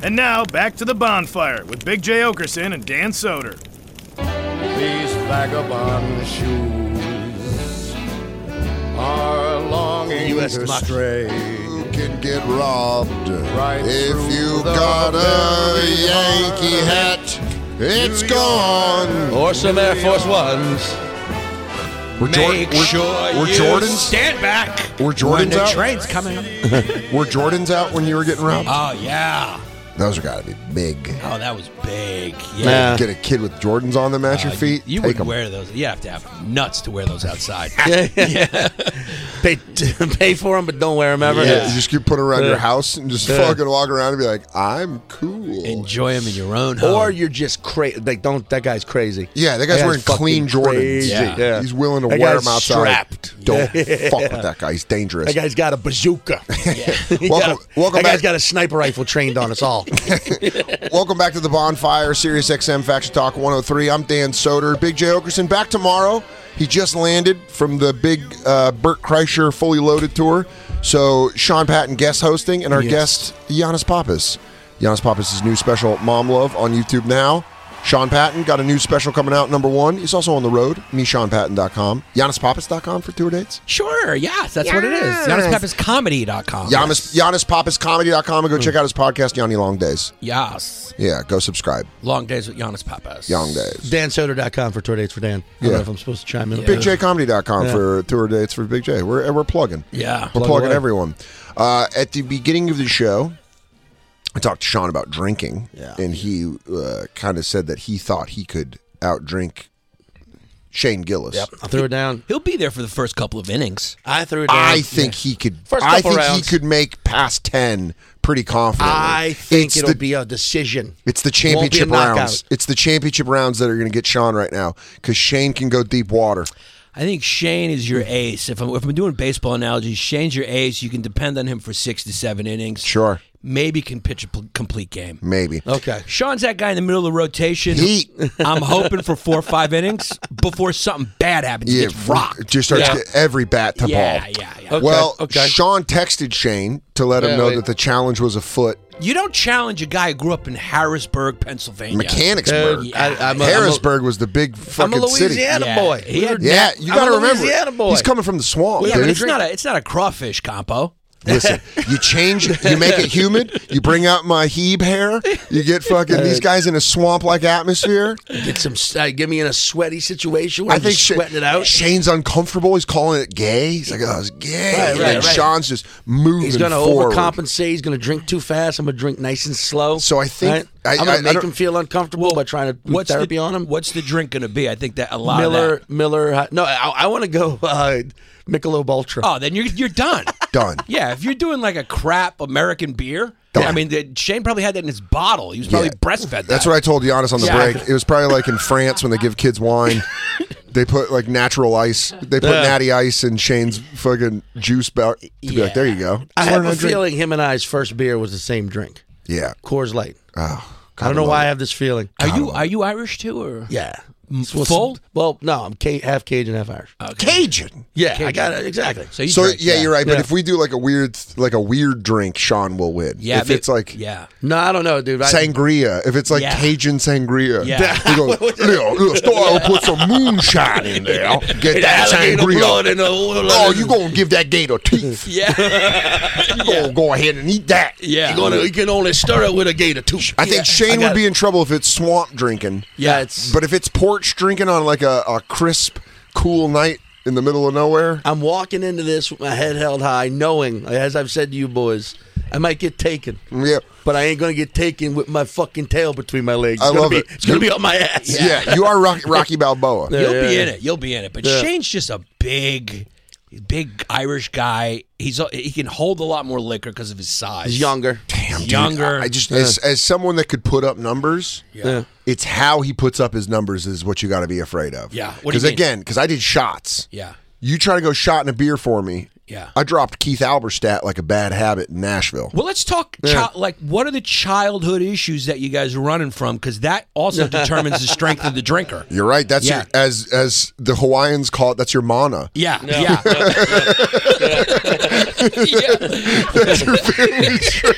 Speaker 3: And now back to the bonfire with Big J Okerson and Dan Soder.
Speaker 10: These vagabond shoes are longing
Speaker 6: U.S.
Speaker 10: to
Speaker 6: democracy.
Speaker 10: stray.
Speaker 5: You can get robbed
Speaker 10: Right
Speaker 5: if
Speaker 10: through
Speaker 5: you
Speaker 10: the
Speaker 5: got a
Speaker 10: very
Speaker 5: Yankee hat. It's gone.
Speaker 6: Or some Air Force Ones.
Speaker 5: We're
Speaker 7: Make
Speaker 5: we're,
Speaker 7: sure
Speaker 5: we're
Speaker 7: you
Speaker 5: Jordans.
Speaker 7: stand back.
Speaker 5: We're
Speaker 7: When
Speaker 5: Jordans
Speaker 7: the
Speaker 5: out.
Speaker 7: train's coming.
Speaker 5: Were Jordans out when you were getting robbed?
Speaker 7: Oh yeah.
Speaker 5: Uh, Those are got to be big.
Speaker 7: Oh, that was big. Yeah.
Speaker 6: Nah.
Speaker 5: Get a kid with Jordans on them at your
Speaker 7: Uh,
Speaker 5: feet.
Speaker 7: You,
Speaker 5: Take
Speaker 7: would
Speaker 5: 'em.
Speaker 7: wear those. You have to have nuts to wear those outside.
Speaker 6: Pay, pay for them, but don't wear them ever.
Speaker 5: Yeah, you just keep put around your
Speaker 6: Yeah.
Speaker 5: house and just
Speaker 6: Yeah.
Speaker 5: fucking walk around and be like, I'm cool.
Speaker 7: Enjoy them in your own home.
Speaker 6: Or you're just crazy. Like, don't. um, That guy's crazy.
Speaker 5: yeah, that guy's wearing
Speaker 6: fucking
Speaker 5: clean Jordans.
Speaker 6: crazy.
Speaker 7: Yeah.
Speaker 6: Yeah.
Speaker 5: He's willing to
Speaker 6: That
Speaker 5: wear
Speaker 6: guy's
Speaker 5: them outside.
Speaker 6: strapped.
Speaker 5: Don't fuck with that guy. He's dangerous.
Speaker 6: That guy's got a bazooka. He
Speaker 5: Welcome-
Speaker 6: got a-
Speaker 5: welcome
Speaker 6: that
Speaker 5: back.
Speaker 6: guy's got a sniper rifle trained on us all.
Speaker 5: Welcome back to the Bonfire, Sirius XM Faction Talk 103. I'm Dan Soder. Big J. Okerson back tomorrow. He just landed from the big uh, Burt Kreischer Fully Loaded Tour. So Sean Patton guest hosting, and our guest, Giannis Pappas. Giannis Pappas' new special, Mom Love, on YouTube now. Sean Patton got a new special coming out, number one. He's also on the road, MeSeanPatton.com. YannisPappas.com for tour dates.
Speaker 7: sure. Yes, that's what it is. JannisPeppersComedy.com.
Speaker 5: Giannis, YannisPapasComedy.com.
Speaker 6: Mm.
Speaker 5: And go check out his podcast, Yanni Long Days.
Speaker 7: Yes.
Speaker 5: Yeah, go subscribe.
Speaker 7: Long days with Giannis Papas.
Speaker 5: Long Days.
Speaker 6: DanSoder.com for tour dates for Dan. I
Speaker 5: Yeah.
Speaker 6: don't know if I'm supposed to chime in.
Speaker 7: Yeah.
Speaker 5: BigJComedy.com for tour dates for Big J. We're, we're plugging.
Speaker 7: Yeah.
Speaker 5: We're
Speaker 6: Plug
Speaker 5: plugging
Speaker 6: away.
Speaker 5: everyone. Uh, at the beginning of the show, I talked to Sean about drinking, and he uh, kind of said that he thought he could outdrink Shane Gillis.
Speaker 6: I threw it down.
Speaker 7: He'll be there for the first couple of innings.
Speaker 6: I threw it down.
Speaker 5: I think he could.
Speaker 6: First
Speaker 5: I
Speaker 6: couple
Speaker 5: think
Speaker 6: rounds.
Speaker 5: he could make past ten pretty confidently.
Speaker 6: I think
Speaker 5: It's
Speaker 6: it'll
Speaker 5: the-
Speaker 6: be a decision.
Speaker 5: It's the
Speaker 6: It won't be a
Speaker 5: championship
Speaker 6: knockout.
Speaker 5: rounds. It's the championship rounds that are going to get Sean right now because Shane can go deep water.
Speaker 7: I think Shane is your ace. If I'm, if I'm doing baseball analogies, Shane's your ace. You can depend on him for six to seven innings.
Speaker 5: Sure,
Speaker 7: Maybe can pitch a pl- complete game.
Speaker 5: maybe.
Speaker 6: Okay.
Speaker 7: Sean's that guy in the middle of the rotation.
Speaker 5: Heat.
Speaker 7: I'm hoping for four or five innings before something bad happens. He gets rocked.
Speaker 5: Just starts
Speaker 7: Yeah.
Speaker 5: get every bat to
Speaker 7: yeah,
Speaker 5: ball.
Speaker 7: yeah, yeah.
Speaker 5: well,
Speaker 6: okay.
Speaker 5: Sean texted Shane to let him
Speaker 6: Yeah,
Speaker 5: know
Speaker 6: wait.
Speaker 5: that the challenge was afoot.
Speaker 7: You don't challenge a guy who grew up in Harrisburg, Pennsylvania.
Speaker 5: Mechanicsburg,
Speaker 6: Dude, I- I'm a-
Speaker 5: Harrisburg was the big
Speaker 6: I'm a
Speaker 5: fucking city.
Speaker 6: Louisiana
Speaker 7: Yeah.
Speaker 6: boy.
Speaker 7: He had-
Speaker 5: Yeah, you
Speaker 6: I'm
Speaker 5: got to
Speaker 6: a
Speaker 5: remember,
Speaker 6: Louisiana boy.
Speaker 5: he's coming from the swamp,
Speaker 7: Yeah,
Speaker 5: dude.
Speaker 7: but it's not a it's not a crawfish compo.
Speaker 5: Listen, you change, you make it humid, you bring out my Hebe hair, you get fucking these guys in a swamp-like atmosphere.
Speaker 6: Get some. Uh, get me in a sweaty situation. Where
Speaker 5: I
Speaker 6: I think
Speaker 5: think Sha-
Speaker 6: sweating it out.
Speaker 5: Shane's uncomfortable. He's calling it gay. He's like, oh, it's gay.
Speaker 6: Right,
Speaker 5: and
Speaker 6: right,
Speaker 5: then
Speaker 6: right.
Speaker 5: Sean's just moving
Speaker 6: He's gonna
Speaker 5: forward.
Speaker 6: overcompensate. He's gonna drink too fast. I'm gonna drink nice and slow.
Speaker 5: So I think-
Speaker 6: am
Speaker 5: I- I-
Speaker 6: gonna
Speaker 5: I
Speaker 6: make
Speaker 5: don't-
Speaker 6: him feel uncomfortable by trying to put therapy
Speaker 7: the,
Speaker 6: on him.
Speaker 7: What's the drink going to be? I think that a lot. of
Speaker 6: Miller,
Speaker 7: that-
Speaker 6: Miller. uh, No, I, I want to go uh, Michelob Ultra.
Speaker 7: Oh, then you're you're done.
Speaker 5: Done.
Speaker 7: yeah, if you're doing like a crap American beer, I mean, the, Shane probably had that in his bottle. He was probably
Speaker 5: Yeah.
Speaker 7: breastfed.
Speaker 5: That's
Speaker 7: that.
Speaker 5: what I told Giannis on the
Speaker 7: Yeah.
Speaker 5: break. It was probably like in France when they give kids wine. They put like natural ice. They put natty ice in Shane's fucking juice belt. To be like, there you go.
Speaker 6: I have
Speaker 5: Just learn
Speaker 6: a
Speaker 5: how to drink.
Speaker 6: feeling him and I's first beer was the same drink,
Speaker 5: Yeah.
Speaker 6: Coors Light.
Speaker 5: Oh,
Speaker 6: I don't know why I have this feeling.
Speaker 7: Are you are you Irish too, or
Speaker 6: Yeah.
Speaker 7: full?
Speaker 6: Well, no, I'm ca- half Cajun, half Irish.
Speaker 5: Uh, Cajun.
Speaker 6: yeah, I got it exactly.
Speaker 7: you
Speaker 5: So
Speaker 7: drink,
Speaker 5: yeah, you're right. But
Speaker 6: Yeah.
Speaker 5: if we do like a weird, like a weird drink, Sean will win.
Speaker 7: Yeah,
Speaker 5: If
Speaker 7: may-
Speaker 5: it's like
Speaker 7: yeah,
Speaker 6: No, I don't know, dude. I,
Speaker 5: sangria, if it's like
Speaker 7: Yeah.
Speaker 5: Cajun sangria,
Speaker 7: Yeah.
Speaker 5: we go. Leo, Leo, Doyle, put some moonshine in there. Get that sangria. Oh, you gonna give that gator teeth?
Speaker 7: yeah,
Speaker 5: You gonna go ahead and eat that?
Speaker 7: yeah.
Speaker 6: you can only stir it with a gator tooth.
Speaker 5: I think Shane would be in trouble if it's swamp drinking.
Speaker 6: Yeah, it's.
Speaker 5: But if it's porch drinking on like a, a crisp, cool night in the middle of nowhere,
Speaker 6: I'm walking into this with my head held high, knowing, as I've said to you boys, I might get taken.
Speaker 5: mm, yeah.
Speaker 6: But I ain't gonna get taken with my fucking tail between my legs.
Speaker 5: I
Speaker 6: It's gonna
Speaker 5: love
Speaker 6: be-
Speaker 5: it.
Speaker 6: It's gonna be on my ass.
Speaker 5: Yeah, you are Rocky, Rocky Balboa.
Speaker 7: You'll
Speaker 6: Yeah,
Speaker 7: be
Speaker 6: yeah,
Speaker 7: in
Speaker 6: yeah.
Speaker 7: it. You'll be in it. But
Speaker 6: Yeah.
Speaker 7: Shane's just a big, big Irish guy. He's he can hold a lot more liquor because of his size.
Speaker 6: He's younger.
Speaker 5: Damn, dude,
Speaker 7: Younger.
Speaker 5: I I just as, as someone that could put up numbers,
Speaker 6: Yeah.
Speaker 5: it's how he puts up his numbers is what you got to be afraid of.
Speaker 7: Yeah. What do you
Speaker 5: Because
Speaker 7: mean?
Speaker 5: again, because I did shots.
Speaker 7: Yeah.
Speaker 5: You try to go shot in a beer for me.
Speaker 7: Yeah.
Speaker 5: I dropped Keith Alberstadt like a bad habit in Nashville.
Speaker 7: Well, let's talk. Chi- like, what are the childhood issues that you guys are running from? Because that also determines the strength of the drinker.
Speaker 5: You're right. That's
Speaker 7: Yeah.
Speaker 5: your, as as the Hawaiians call it. That's your mana.
Speaker 7: Yeah, yeah. Yeah.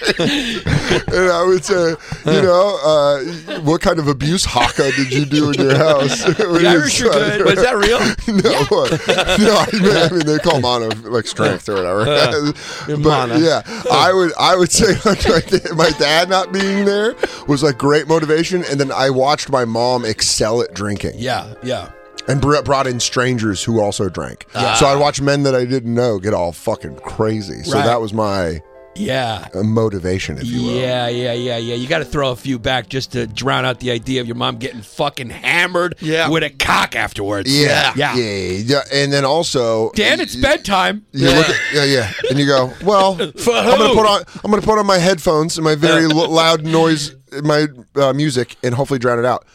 Speaker 5: And I would say, you know, uh, what kind of abuse haka did you do in your house? the
Speaker 7: Irish are good.
Speaker 6: But is that real?
Speaker 5: No, what? no. I mean, I mean, they call mono like strength or whatever.
Speaker 7: Uh,
Speaker 5: but
Speaker 6: mono.
Speaker 5: yeah, I would, I would say like, my, da- my dad not being there was like great motivation, and then I watched my mom excel at drinking.
Speaker 7: Yeah, yeah.
Speaker 5: and br- brought in strangers who
Speaker 7: Ah.
Speaker 5: also drank. So I watched men that I didn't know get all fucking crazy. So
Speaker 7: Right.
Speaker 5: that was my
Speaker 7: Yeah.
Speaker 5: uh, motivation, if you will.
Speaker 7: Yeah, yeah, yeah, yeah. You got to throw a few back just to drown out the idea of your mom getting fucking hammered
Speaker 6: Yeah.
Speaker 7: with a cock afterwards.
Speaker 5: Yeah, yeah,
Speaker 7: Yeah.
Speaker 5: yeah, yeah. And then also,
Speaker 7: Dan, it's
Speaker 5: you-
Speaker 7: bedtime.
Speaker 5: You look at- yeah, yeah, and you go, well, I'm gonna
Speaker 7: who? Uh.
Speaker 5: put on, I'm gonna put on my headphones and my very l- loud noise, my uh, music, and hopefully drown it out.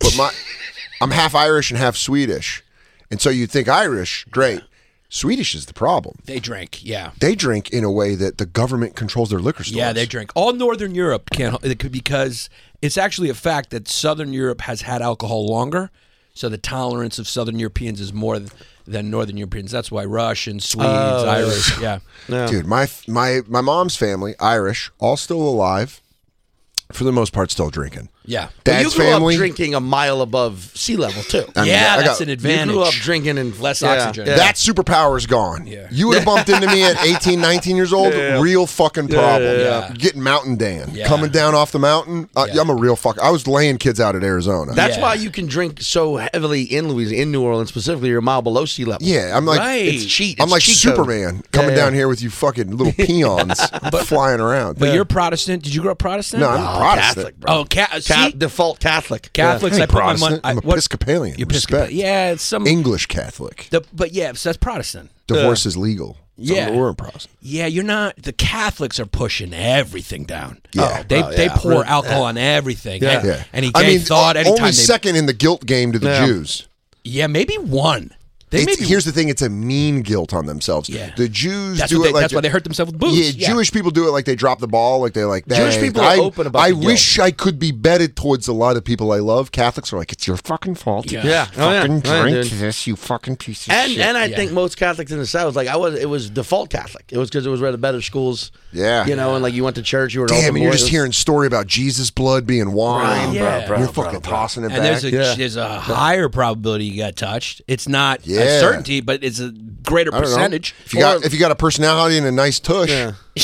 Speaker 5: But my, I'm half Irish and half Swedish, and so you think Irish, great, Swedish is the problem.
Speaker 7: They drink, yeah.
Speaker 5: They drink in a way that the government controls their liquor stores.
Speaker 7: Yeah, they drink. All Northern Europe can't it could because it's actually a fact that Southern Europe has had alcohol longer, so the tolerance of Southern Europeans is more th- than Northern Europeans. That's why Russians, Swedes,
Speaker 5: Oh.
Speaker 7: Irish, yeah.
Speaker 5: Dude, my f- my my mom's family, Irish, all still alive, for the most part, still drinking.
Speaker 7: Yeah.
Speaker 6: Well, you
Speaker 5: Dad's
Speaker 6: grew
Speaker 5: family.
Speaker 6: up drinking a mile above sea level too.
Speaker 5: I mean,
Speaker 7: yeah,
Speaker 5: I
Speaker 7: that's
Speaker 5: got-
Speaker 7: an
Speaker 6: You
Speaker 7: advantage.
Speaker 6: grew up drinking and
Speaker 7: Less
Speaker 6: Yeah.
Speaker 7: oxygen.
Speaker 6: Yeah.
Speaker 5: That superpower is gone.
Speaker 7: Yeah.
Speaker 5: You would have bumped into me at 18, 19 years old. Real fucking problem.
Speaker 7: yeah.
Speaker 5: Getting mountain Dan.
Speaker 7: Yeah.
Speaker 5: Coming down off the mountain. Uh, I'm a real fuck. I was laying kids out at Arizona.
Speaker 6: That's
Speaker 7: Yeah.
Speaker 6: why you can drink so heavily in Louisiana, in New Orleans specifically. You're a mile below sea level.
Speaker 5: yeah, I'm like
Speaker 7: Right.
Speaker 6: It's cheat.
Speaker 5: I'm
Speaker 6: It's
Speaker 5: like
Speaker 6: cheat code.
Speaker 5: Superman coming
Speaker 6: Yeah, yeah.
Speaker 5: down here with you fucking little peons flying around.
Speaker 7: But you're Protestant. Did you grow up Protestant?
Speaker 5: no, I'm a
Speaker 7: Oh,
Speaker 5: Protestant.
Speaker 6: Catholic, bro.
Speaker 7: Oh, ca- see?
Speaker 6: Ca- default Catholic.
Speaker 7: Catholics.
Speaker 5: I
Speaker 7: I,
Speaker 5: ain't
Speaker 7: put
Speaker 5: Protestant.
Speaker 7: my money.
Speaker 5: I'm
Speaker 7: I- what-
Speaker 5: Episcopalian.
Speaker 7: You're
Speaker 5: Respect.
Speaker 7: Episcopal. Yeah, it's some.
Speaker 5: English Catholic.
Speaker 7: the, but yeah, so that's Protestant.
Speaker 5: Divorce is legal. So
Speaker 7: yeah.
Speaker 5: we're in Protestant.
Speaker 7: Yeah, you're not. The Catholics are pushing everything down. Oh,
Speaker 5: Yeah.
Speaker 7: they they pour alcohol on everything. And,
Speaker 5: Yeah.
Speaker 7: and he
Speaker 5: I
Speaker 7: gave
Speaker 5: mean,
Speaker 7: thought
Speaker 5: o-
Speaker 7: anytime
Speaker 5: only
Speaker 7: they.
Speaker 5: second in the guilt game to the Jews.
Speaker 7: yeah, maybe one. They
Speaker 5: It's-
Speaker 7: maybe
Speaker 5: here's the thing: it's a mean guilt on themselves.
Speaker 7: Yeah.
Speaker 5: The Jews
Speaker 7: That's
Speaker 5: do
Speaker 7: what
Speaker 5: it
Speaker 7: they-
Speaker 5: like
Speaker 7: that's why they hurt themselves with booze.
Speaker 5: Yeah,
Speaker 7: Yeah.
Speaker 5: Jewish people do it like they drop the ball, like they like.
Speaker 6: Jewish
Speaker 5: "Hey,
Speaker 6: people are
Speaker 5: I,
Speaker 6: open about
Speaker 5: I
Speaker 6: the guilt."
Speaker 5: wish I could be bedded towards a lot of people I love. Catholics are like, it's your fucking fault.
Speaker 7: Yeah.
Speaker 6: Yeah. Oh, yeah.
Speaker 5: Fucking
Speaker 6: Oh, yeah,
Speaker 5: drink
Speaker 6: dude.
Speaker 5: this, you fucking piece of
Speaker 6: And
Speaker 5: shit.
Speaker 6: and I
Speaker 7: yeah.
Speaker 6: think most Catholics in the South like I was. It was default Catholic. It was because it was where the better schools.
Speaker 5: Yeah.
Speaker 6: You know, and like you went to church. You were an
Speaker 5: Damn,
Speaker 6: altar
Speaker 5: and you're
Speaker 6: boy,
Speaker 5: just
Speaker 6: it was-
Speaker 5: hearing story about Jesus' blood being wine.
Speaker 7: Yeah. bro,
Speaker 5: you're fucking tossing it
Speaker 7: And
Speaker 5: back.
Speaker 7: there's a
Speaker 6: Yeah.
Speaker 7: there's a higher probability you got touched. It's not
Speaker 5: Yeah.
Speaker 7: a certainty, but it's a greater
Speaker 5: I don't know.
Speaker 7: percentage.
Speaker 5: If you got if you got a personality and a nice tush,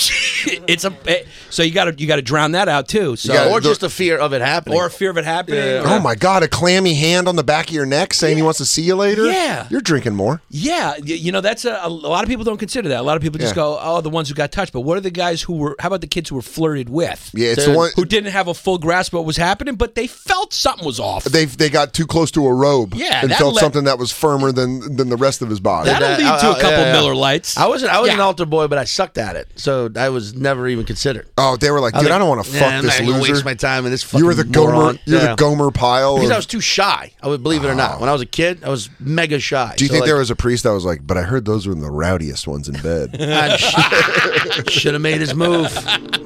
Speaker 7: it's a it- so you got to you got to drown that out too. So
Speaker 5: gotta-
Speaker 6: uh, Or
Speaker 5: the-
Speaker 6: just a fear of it happening.
Speaker 7: or a fear of it happening. or-
Speaker 5: oh my god, a clammy hand on the back of your neck saying he wants to see you later.
Speaker 7: Yeah.
Speaker 5: you're drinking more.
Speaker 7: Yeah, y- you know that's a, a lot of people don't consider that. A lot of people just
Speaker 5: Yeah.
Speaker 7: go, "Oh, the ones who got touched." But what are the guys who were? How about the kids who were flirted with?
Speaker 5: Yeah, it's the one
Speaker 7: who didn't have a full grasp of what was happening, but they felt something was off.
Speaker 5: they they got too close to a robe
Speaker 7: Yeah,
Speaker 5: and
Speaker 7: that
Speaker 5: felt
Speaker 7: let-
Speaker 5: something that was firmer than than the rest of his body.
Speaker 7: That'll
Speaker 6: That-
Speaker 7: lead
Speaker 6: I-
Speaker 7: to
Speaker 6: I-
Speaker 7: a couple
Speaker 6: yeah, yeah.
Speaker 7: Miller Lights.
Speaker 6: I was I was an
Speaker 7: Yeah.
Speaker 6: altar boy, but I sucked at it, so I was never even considered.
Speaker 5: oh, they were like, dude, I,
Speaker 6: was like,
Speaker 5: don't want to
Speaker 6: "Nah,
Speaker 5: fuck
Speaker 6: I'm
Speaker 5: this
Speaker 6: not gonna
Speaker 5: loser.
Speaker 6: Waste my time in this.
Speaker 5: you were the
Speaker 6: fucking
Speaker 5: Gomer.
Speaker 6: moron."
Speaker 5: You're
Speaker 6: Yeah.
Speaker 5: the Gomer pile.
Speaker 6: Because
Speaker 5: of-
Speaker 6: I was too shy. I would believe it or not. When I was a kid, I was mega shy.
Speaker 5: do you
Speaker 6: So,
Speaker 5: think
Speaker 6: like,
Speaker 5: there was a priest that was like, but I heard those were the rowdiest ones in bed?
Speaker 6: Should have made his move.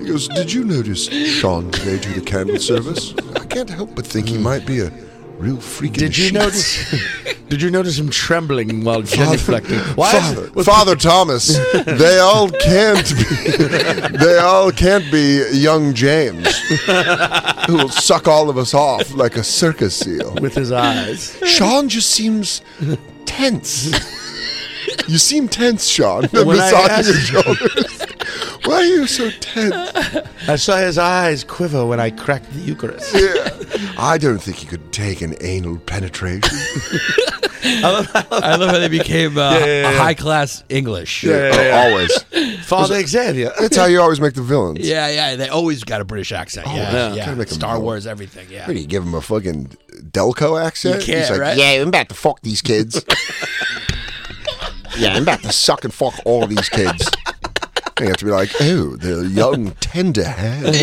Speaker 5: he goes, did you notice Sean today do the candle service? I can't help but think he might be a real freaking.
Speaker 6: Did you
Speaker 5: shit."
Speaker 6: notice? did you notice him trembling while
Speaker 5: Father,
Speaker 6: genuflecting? Why? is-
Speaker 5: Father, Father Thomas, they all can't be, they all can't be young James, who will suck all of us off like a circus seal.
Speaker 6: With his eyes.
Speaker 5: Sean just seems tense. You seem tense, Sean.
Speaker 6: When I
Speaker 5: Massaging your
Speaker 6: asked-
Speaker 5: shoulders. Why are you so tense?
Speaker 6: I saw his eyes quiver when I cracked the Eucharist.
Speaker 5: I don't think he could take an anal penetration.
Speaker 7: I love how they became uh, a high class English.
Speaker 5: Oh, always.
Speaker 6: Father Xavier.
Speaker 5: That's how you always make the villains.
Speaker 7: yeah, yeah, They always got a British accent.
Speaker 6: Oh,
Speaker 7: yeah,
Speaker 5: yeah.
Speaker 7: yeah.
Speaker 5: Gotta make 'em
Speaker 7: Star
Speaker 5: know.
Speaker 7: Wars, everything. Yeah.
Speaker 5: What do you give him a fucking Delco accent?
Speaker 7: You can't,
Speaker 5: He's like,
Speaker 7: right?
Speaker 5: yeah, I'm about to fuck these kids. yeah, I'm about to suck and fuck all of these kids. And you have to be like, oh, they're young, tender hands.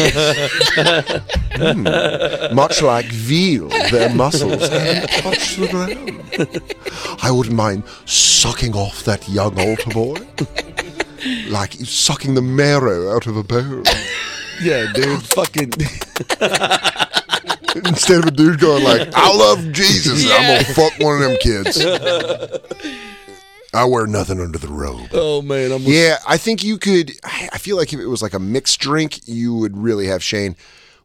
Speaker 5: Hmm. Much like veal, their muscles haven't touched the ground. I wouldn't mind sucking off that young altar boy. Like sucking the marrow out of a bone.
Speaker 6: Yeah, dude. Fucking.
Speaker 5: Instead of a dude going like, "I love Jesus," and I'm gonna fuck one of them kids. I wear nothing under the robe.
Speaker 6: Oh man, I'm.
Speaker 5: Yeah, I think you could. I I feel like if it was like a mixed drink, you would really have Shane.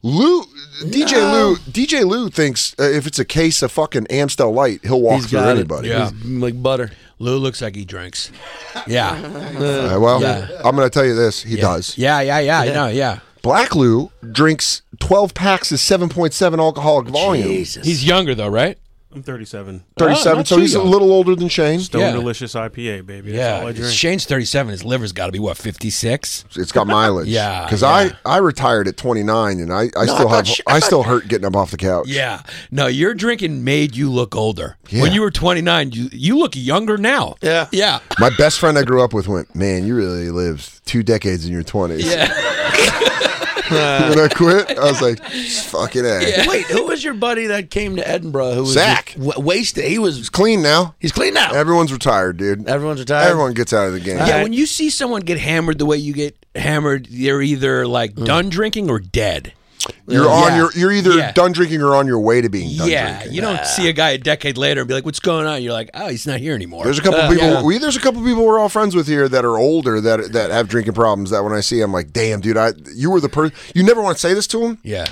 Speaker 5: Lou, DJ Lou, DJ Lou thinks uh, if it's a case of fucking Amstel Light, he'll walk
Speaker 6: He's
Speaker 5: through
Speaker 6: got it.
Speaker 5: anybody.
Speaker 7: Yeah.
Speaker 6: He's like butter.
Speaker 7: Lou looks like he drinks. Yeah.
Speaker 5: Uh, well,
Speaker 7: Yeah.
Speaker 5: I'm gonna tell you this: he does.
Speaker 7: Yeah, yeah, yeah. No, yeah.
Speaker 5: Black Lou drinks 12 packs of 7.7 alcoholic volume.
Speaker 7: He's younger though, right?
Speaker 11: I'm 37.
Speaker 5: 37, so he's a little older than Shane.
Speaker 11: Stone
Speaker 7: Yeah.
Speaker 11: Delicious IPA, baby. That's all I
Speaker 7: Yeah,
Speaker 11: drink.
Speaker 7: Shane's 37. His liver's got to be what 56.
Speaker 5: It's got mileage.
Speaker 7: Yeah,
Speaker 5: because
Speaker 7: yeah.
Speaker 5: I I retired at 29, and I I still have I still hurt getting up off the couch.
Speaker 7: Yeah, no, your drinking made you look older.
Speaker 5: Yeah.
Speaker 7: When you were 29, you you look younger now.
Speaker 6: Yeah.
Speaker 7: yeah,
Speaker 5: My best friend I grew up with went, man, you really lived two decades in your 20s.
Speaker 7: yeah.
Speaker 5: and I quit. I was like, fucking ass.
Speaker 6: Wait, who was your buddy that came to Edinburgh? Who was
Speaker 5: Zach.
Speaker 6: w- wasted? He was.
Speaker 5: It's clean now.
Speaker 6: He's clean now.
Speaker 5: Everyone's retired, dude.
Speaker 6: Everyone's retired.
Speaker 5: Everyone gets out of the game.
Speaker 7: Uh, yeah, when you see someone get hammered the way you get hammered, they're either like
Speaker 5: Mm.
Speaker 7: done drinking or dead.
Speaker 5: You're on
Speaker 6: Yeah.
Speaker 5: your. You're either
Speaker 7: Yeah.
Speaker 5: done drinking or on your way to being done
Speaker 7: yeah,
Speaker 5: drinking.
Speaker 7: you don't see a guy a decade later and be like, "What's going on?" You're like, "Oh, he's not here anymore."
Speaker 5: There's a couple
Speaker 7: Uh,
Speaker 5: people.
Speaker 7: yeah.
Speaker 5: We, there's a couple people we're all friends with here that are older that that have drinking problems. That when I see, I'm like, damn, dude, I you were the person. You never want to say this to them,
Speaker 7: Yeah,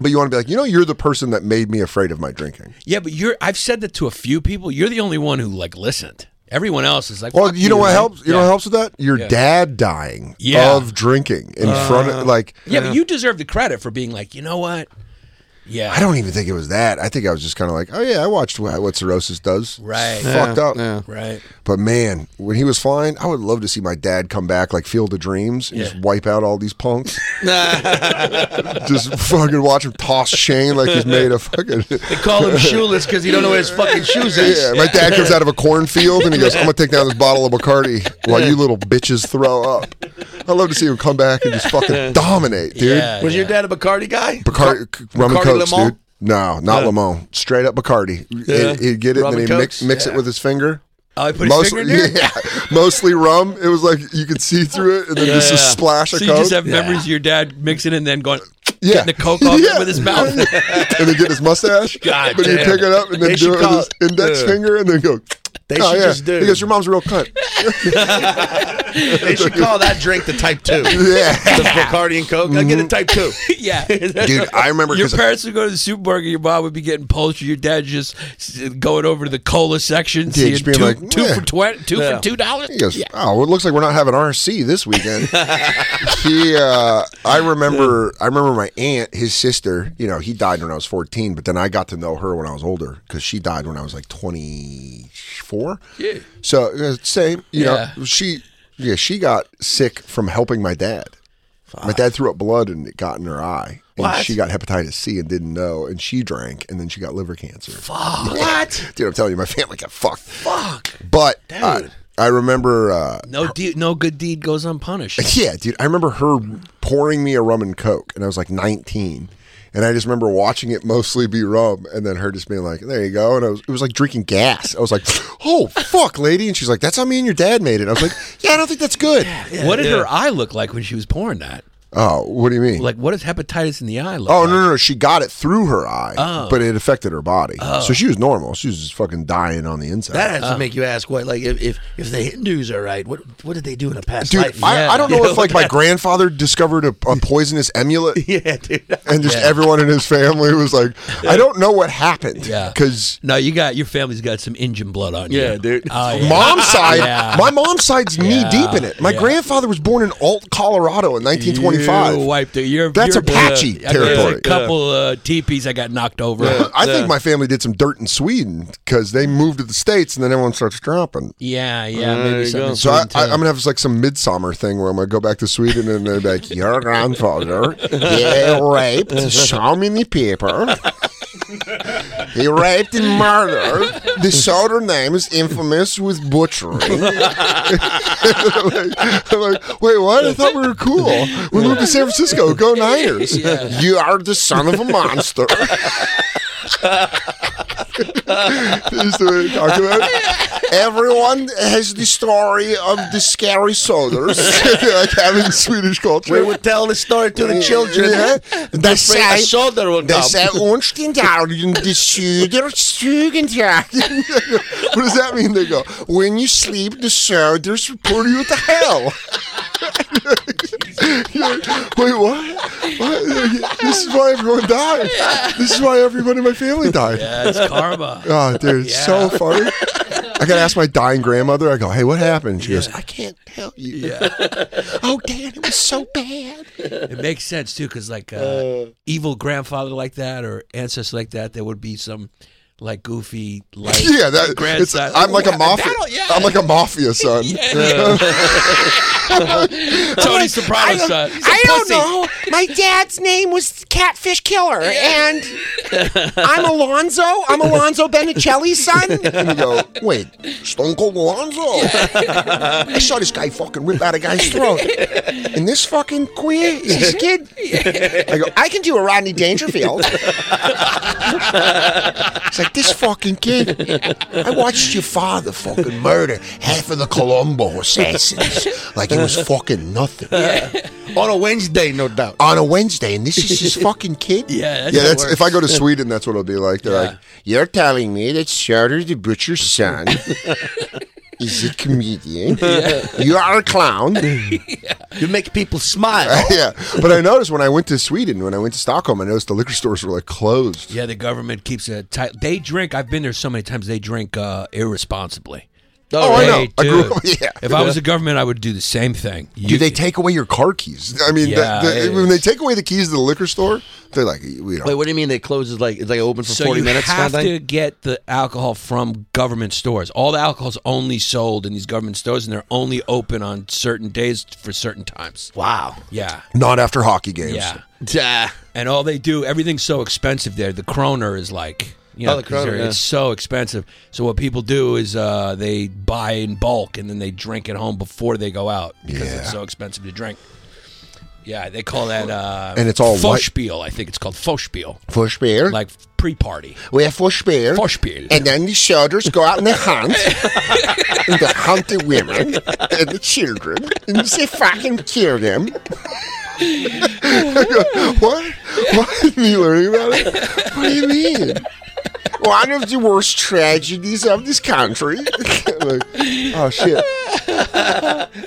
Speaker 5: but you want to be like, you know, you're the person that made me afraid of my drinking.
Speaker 7: yeah, but you're. I've said that to a few people. You're the only one who like listened. Everyone else is like,
Speaker 5: Well,
Speaker 7: "Fuck
Speaker 5: you know what
Speaker 7: right?"
Speaker 5: helps? You know
Speaker 7: Yeah.
Speaker 5: what helps with that? Your dad dying
Speaker 7: Yeah. Uh,
Speaker 5: of drinking in front of like.
Speaker 7: Yeah, but you deserve the credit for being like, you know what? Yeah,
Speaker 5: I don't even think it was that. I think I was just kind of like, oh yeah, I watched what, what cirrhosis does.
Speaker 7: Right.
Speaker 5: It's fucked up.
Speaker 7: Right.
Speaker 5: But man, when he was flying, I would love to see my dad come back like Field of Dreams and just wipe out all these punks. just fucking watch him toss Shane like he's made of fucking.
Speaker 6: Call him shoeless because he don't know where his fucking shoes is.
Speaker 5: Yeah, my dad comes out of a cornfield and he goes, "I'm gonna take down this bottle of Bacardi while you little bitches throw up." I love to see him come back and just fucking dominate, dude.
Speaker 7: Yeah,
Speaker 6: Was
Speaker 7: yeah.
Speaker 6: your dad a Bacardi guy?
Speaker 5: Bacardi, c- rum and
Speaker 6: Bacardi
Speaker 5: cokes,
Speaker 6: Limon?
Speaker 5: dude. No, not Limon. Straight up Bacardi. He'd, he'd get it
Speaker 6: Rum
Speaker 5: and then
Speaker 6: and
Speaker 5: he'd mix,
Speaker 6: Cokes?
Speaker 5: mix it with his finger.
Speaker 7: Oh, he put his finger in there?
Speaker 5: yeah, mostly rum. It was like you could see through it, and then just a splash of
Speaker 7: So you
Speaker 5: coke.
Speaker 7: just have memories of your dad mixing and then going,
Speaker 5: yeah,
Speaker 7: getting the coke off
Speaker 5: Yeah.
Speaker 7: with his mouth.
Speaker 5: and then get his mustache.
Speaker 7: God
Speaker 5: but he
Speaker 7: damn.
Speaker 5: pick it up and then
Speaker 6: They
Speaker 5: do
Speaker 6: should
Speaker 5: it with
Speaker 6: call
Speaker 5: his index
Speaker 6: it-
Speaker 5: finger, and then go.
Speaker 6: They
Speaker 5: oh,
Speaker 6: should
Speaker 5: yeah.
Speaker 6: just do-
Speaker 5: He goes, "Your mom's a real cunt."
Speaker 6: They should call that drink the type two.
Speaker 5: yeah, Mm-hmm.
Speaker 6: The Bacardi and Coke. I get a type two.
Speaker 7: yeah.
Speaker 5: dude. I remember
Speaker 7: Your
Speaker 5: because
Speaker 7: parents would go to the supermarket. Your mom would be getting poultry. Your dad just s- going over to the cola section,
Speaker 5: Yeah,
Speaker 7: seeing
Speaker 5: just
Speaker 7: two,
Speaker 5: being like,
Speaker 7: two
Speaker 5: "Yeah."
Speaker 7: for twenty, two
Speaker 6: Yeah.
Speaker 7: for two dollars.
Speaker 5: He goes, "Oh, it looks like we're not having RC this weekend." he, uh, I remember, I remember my aunt, his sister. You know, he died when I was fourteen, but then I got to know her when I was older because she died when I was like twenty four. Yeah. So uh, same, you know,
Speaker 7: Yeah.
Speaker 5: she, yeah, she got sick from helping my dad. My dad threw up blood and it got in her eye. And
Speaker 6: What?
Speaker 5: she got hepatitis C and didn't know, and she drank, and then she got liver cancer.
Speaker 6: What?
Speaker 5: Dude, I'm telling you, my family got fucked. Fuck. But uh, I remember uh,
Speaker 7: No, de- no good deed goes unpunished.
Speaker 5: yeah, dude. I remember her pouring me a rum and coke, and I was like 19. And I just remember watching it mostly be rum, and then her just being like, "There you go." And I was, it was like drinking gas. I was like, "Oh fuck, lady!" And she's like, "That's how me and your dad made it." I was like, "Yeah, I don't think that's good."
Speaker 7: what did her eye look like when she was pouring that?
Speaker 5: Oh, what do you mean?
Speaker 7: Like, what does hepatitis in the eye look?
Speaker 5: oh
Speaker 7: like?
Speaker 5: no, no, no. She got it through her eye, but it affected her body. So she was normal. She was just fucking dying on the inside.
Speaker 6: That has to make you ask what, like, if, if if the Hindus are right, what what did they do in a past
Speaker 5: Dude,
Speaker 6: life?
Speaker 5: I, I don't know
Speaker 6: You
Speaker 5: if like my grandfather discovered a, a poisonous amulet
Speaker 6: yeah, dude.
Speaker 5: and just everyone in his family was like, I don't know what happened.
Speaker 7: Yeah.
Speaker 5: Because
Speaker 7: No, you got your family's got some Indian blood on you.
Speaker 6: Yeah, dude.
Speaker 7: Oh, yeah.
Speaker 5: mom's side,
Speaker 7: Yeah.
Speaker 5: my mom's side's knee deep in it. My
Speaker 7: Yeah.
Speaker 5: grandfather was born in Alt, Colorado in
Speaker 7: You
Speaker 5: 1925.
Speaker 7: wiped it. You're,
Speaker 5: That's
Speaker 7: you're-
Speaker 5: Apache
Speaker 7: I mean, there's
Speaker 5: territory.
Speaker 7: A couple uh, teepees I got knocked over. Yeah.
Speaker 5: I think my family did some dirt in Sweden because they moved to the States and then everyone starts dropping.
Speaker 7: Yeah, maybe something.
Speaker 5: So I, I, I'm gonna have like some midsummer thing where I'm gonna go back to Sweden and they're like, "Your grandfather, yeah, raped so many people. He raped and murdered. The southern name is infamous with butchering." like, I'm like, "Wait, what? I thought we were cool. We moved to San Francisco. Go Niners! You are the son of a monster." Is the way to talk about it. Everyone has the story of the scary soldiers like having Swedish culture.
Speaker 6: We would tell the story to the children.
Speaker 5: Yeah. They
Speaker 6: A
Speaker 5: say,
Speaker 6: soldier will
Speaker 5: they
Speaker 6: come.
Speaker 5: say, "Uns den Tauren, die Söder sugen tragen." What does that mean? They go, when you sleep, the soldiers report you to hell. You're like, Wait, what? what? This is why everyone died. This is why everyone in my family died.
Speaker 7: That's karma.
Speaker 5: Oh, dude, it's so funny. I gotta ask my dying grandmother. I go, "Hey, what happened?" She goes, "I can't tell you." oh, Dan, it was so bad.
Speaker 7: It makes
Speaker 5: Uh.
Speaker 7: sense too, because like uh, evil grandfather like that or ancestor like that, there would be some like goofy, like
Speaker 5: yeah, that, it's,
Speaker 7: grandson.
Speaker 5: I'm like a mafia.
Speaker 7: That'll- yeah.
Speaker 5: I'm like a mafia son.
Speaker 7: Tony Soprano's son.
Speaker 12: I don't know. Oh, My dad's name was Catfish Killer, and I'm Alonzo. I'm Alonzo Benicelli's son.
Speaker 5: You go, wait, Stone Cold Alonzo. I saw this guy fucking rip out a guy's throat. And this fucking queer is this kid. I go,
Speaker 12: I can do a Rodney Dangerfield.
Speaker 5: it's like this fucking kid. I watched your father fucking murder half of the Colombo assassins like it was fucking nothing.
Speaker 6: on a Wednesday, no doubt.
Speaker 5: on a Wednesday, and this is his fucking kid.
Speaker 7: Yeah, that's
Speaker 5: yeah.
Speaker 7: how it
Speaker 5: That's if
Speaker 7: works.
Speaker 5: I go to Sweden, that's what it'll be like. They're like, "You're telling me that Shredder the Butcher's son is a comedian? You are a clown."
Speaker 6: You make people smile.
Speaker 5: yeah, but I noticed when I went to Sweden, when I went to Stockholm, I noticed the liquor stores were like closed.
Speaker 7: Yeah, the government keeps a tight. They drink. I've been there so many times. They drink uh, irresponsibly.
Speaker 5: Oh, I know. I grew
Speaker 7: do.
Speaker 5: up- yeah.
Speaker 7: If I was the government, I would do the same thing.
Speaker 5: Do they take away your car keys? I mean,
Speaker 7: Yeah,
Speaker 5: the, the,
Speaker 7: it
Speaker 5: when
Speaker 7: is.
Speaker 5: they take away the keys to the liquor store, they're like, "We don't."
Speaker 6: Wait, what do you mean they close is like it's like open for
Speaker 7: so
Speaker 6: forty
Speaker 7: you
Speaker 6: minutes?
Speaker 7: have
Speaker 6: kind of
Speaker 7: to
Speaker 6: thing?
Speaker 7: get the alcohol from government stores. All the alcohol's only sold in these government stores, and they're only open on certain days for certain times.
Speaker 6: Wow.
Speaker 7: Yeah,
Speaker 5: Not after hockey games.
Speaker 7: yeah.
Speaker 6: Duh.
Speaker 7: And all they do, everything's so expensive there. The kroner is like, you know,
Speaker 6: Oh, the kroner,
Speaker 7: it's- it's so expensive. So what people do is uh, they buy in bulk and then they drink at home before they go out because it's so expensive to drink. Yeah, they call that uh,
Speaker 5: And it's all white-
Speaker 7: Foschbiel. I think it's called Foschbiel,
Speaker 5: For spare,
Speaker 7: like pre-party.
Speaker 5: we have for spare,
Speaker 7: Vorspiel.
Speaker 5: and then the soldiers go out and they hunt, and they hunt the women and the children, and they fucking kill them. I go, what? What? Are you learning about it? What do you mean? One of the worst tragedies of this country. Like, oh shit.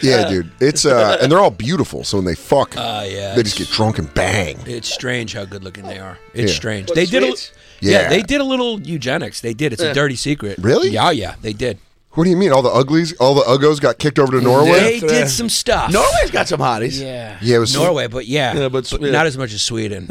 Speaker 5: Yeah, dude. It's uh, and they're all beautiful. So when they fuck,
Speaker 6: Ah,
Speaker 7: Uh, yeah,
Speaker 5: they just get drunk and bang.
Speaker 7: It's strange how good looking they are. It's
Speaker 5: Yeah.
Speaker 7: strange. they did. A,
Speaker 6: Swedes?
Speaker 7: yeah.
Speaker 5: Yeah.
Speaker 7: they did a little eugenics. They did. It's a dirty secret.
Speaker 5: Really?
Speaker 7: Yeah, yeah, they did.
Speaker 5: What do you mean? All the uglies, all the uggos got kicked over to Norway.
Speaker 7: They did some stuff.
Speaker 6: Norway's got some hotties.
Speaker 7: Yeah.
Speaker 5: Yeah, it was-
Speaker 7: Norway, but yeah,
Speaker 6: Yeah, but
Speaker 7: but,
Speaker 6: s- yeah.
Speaker 7: not as much as Sweden.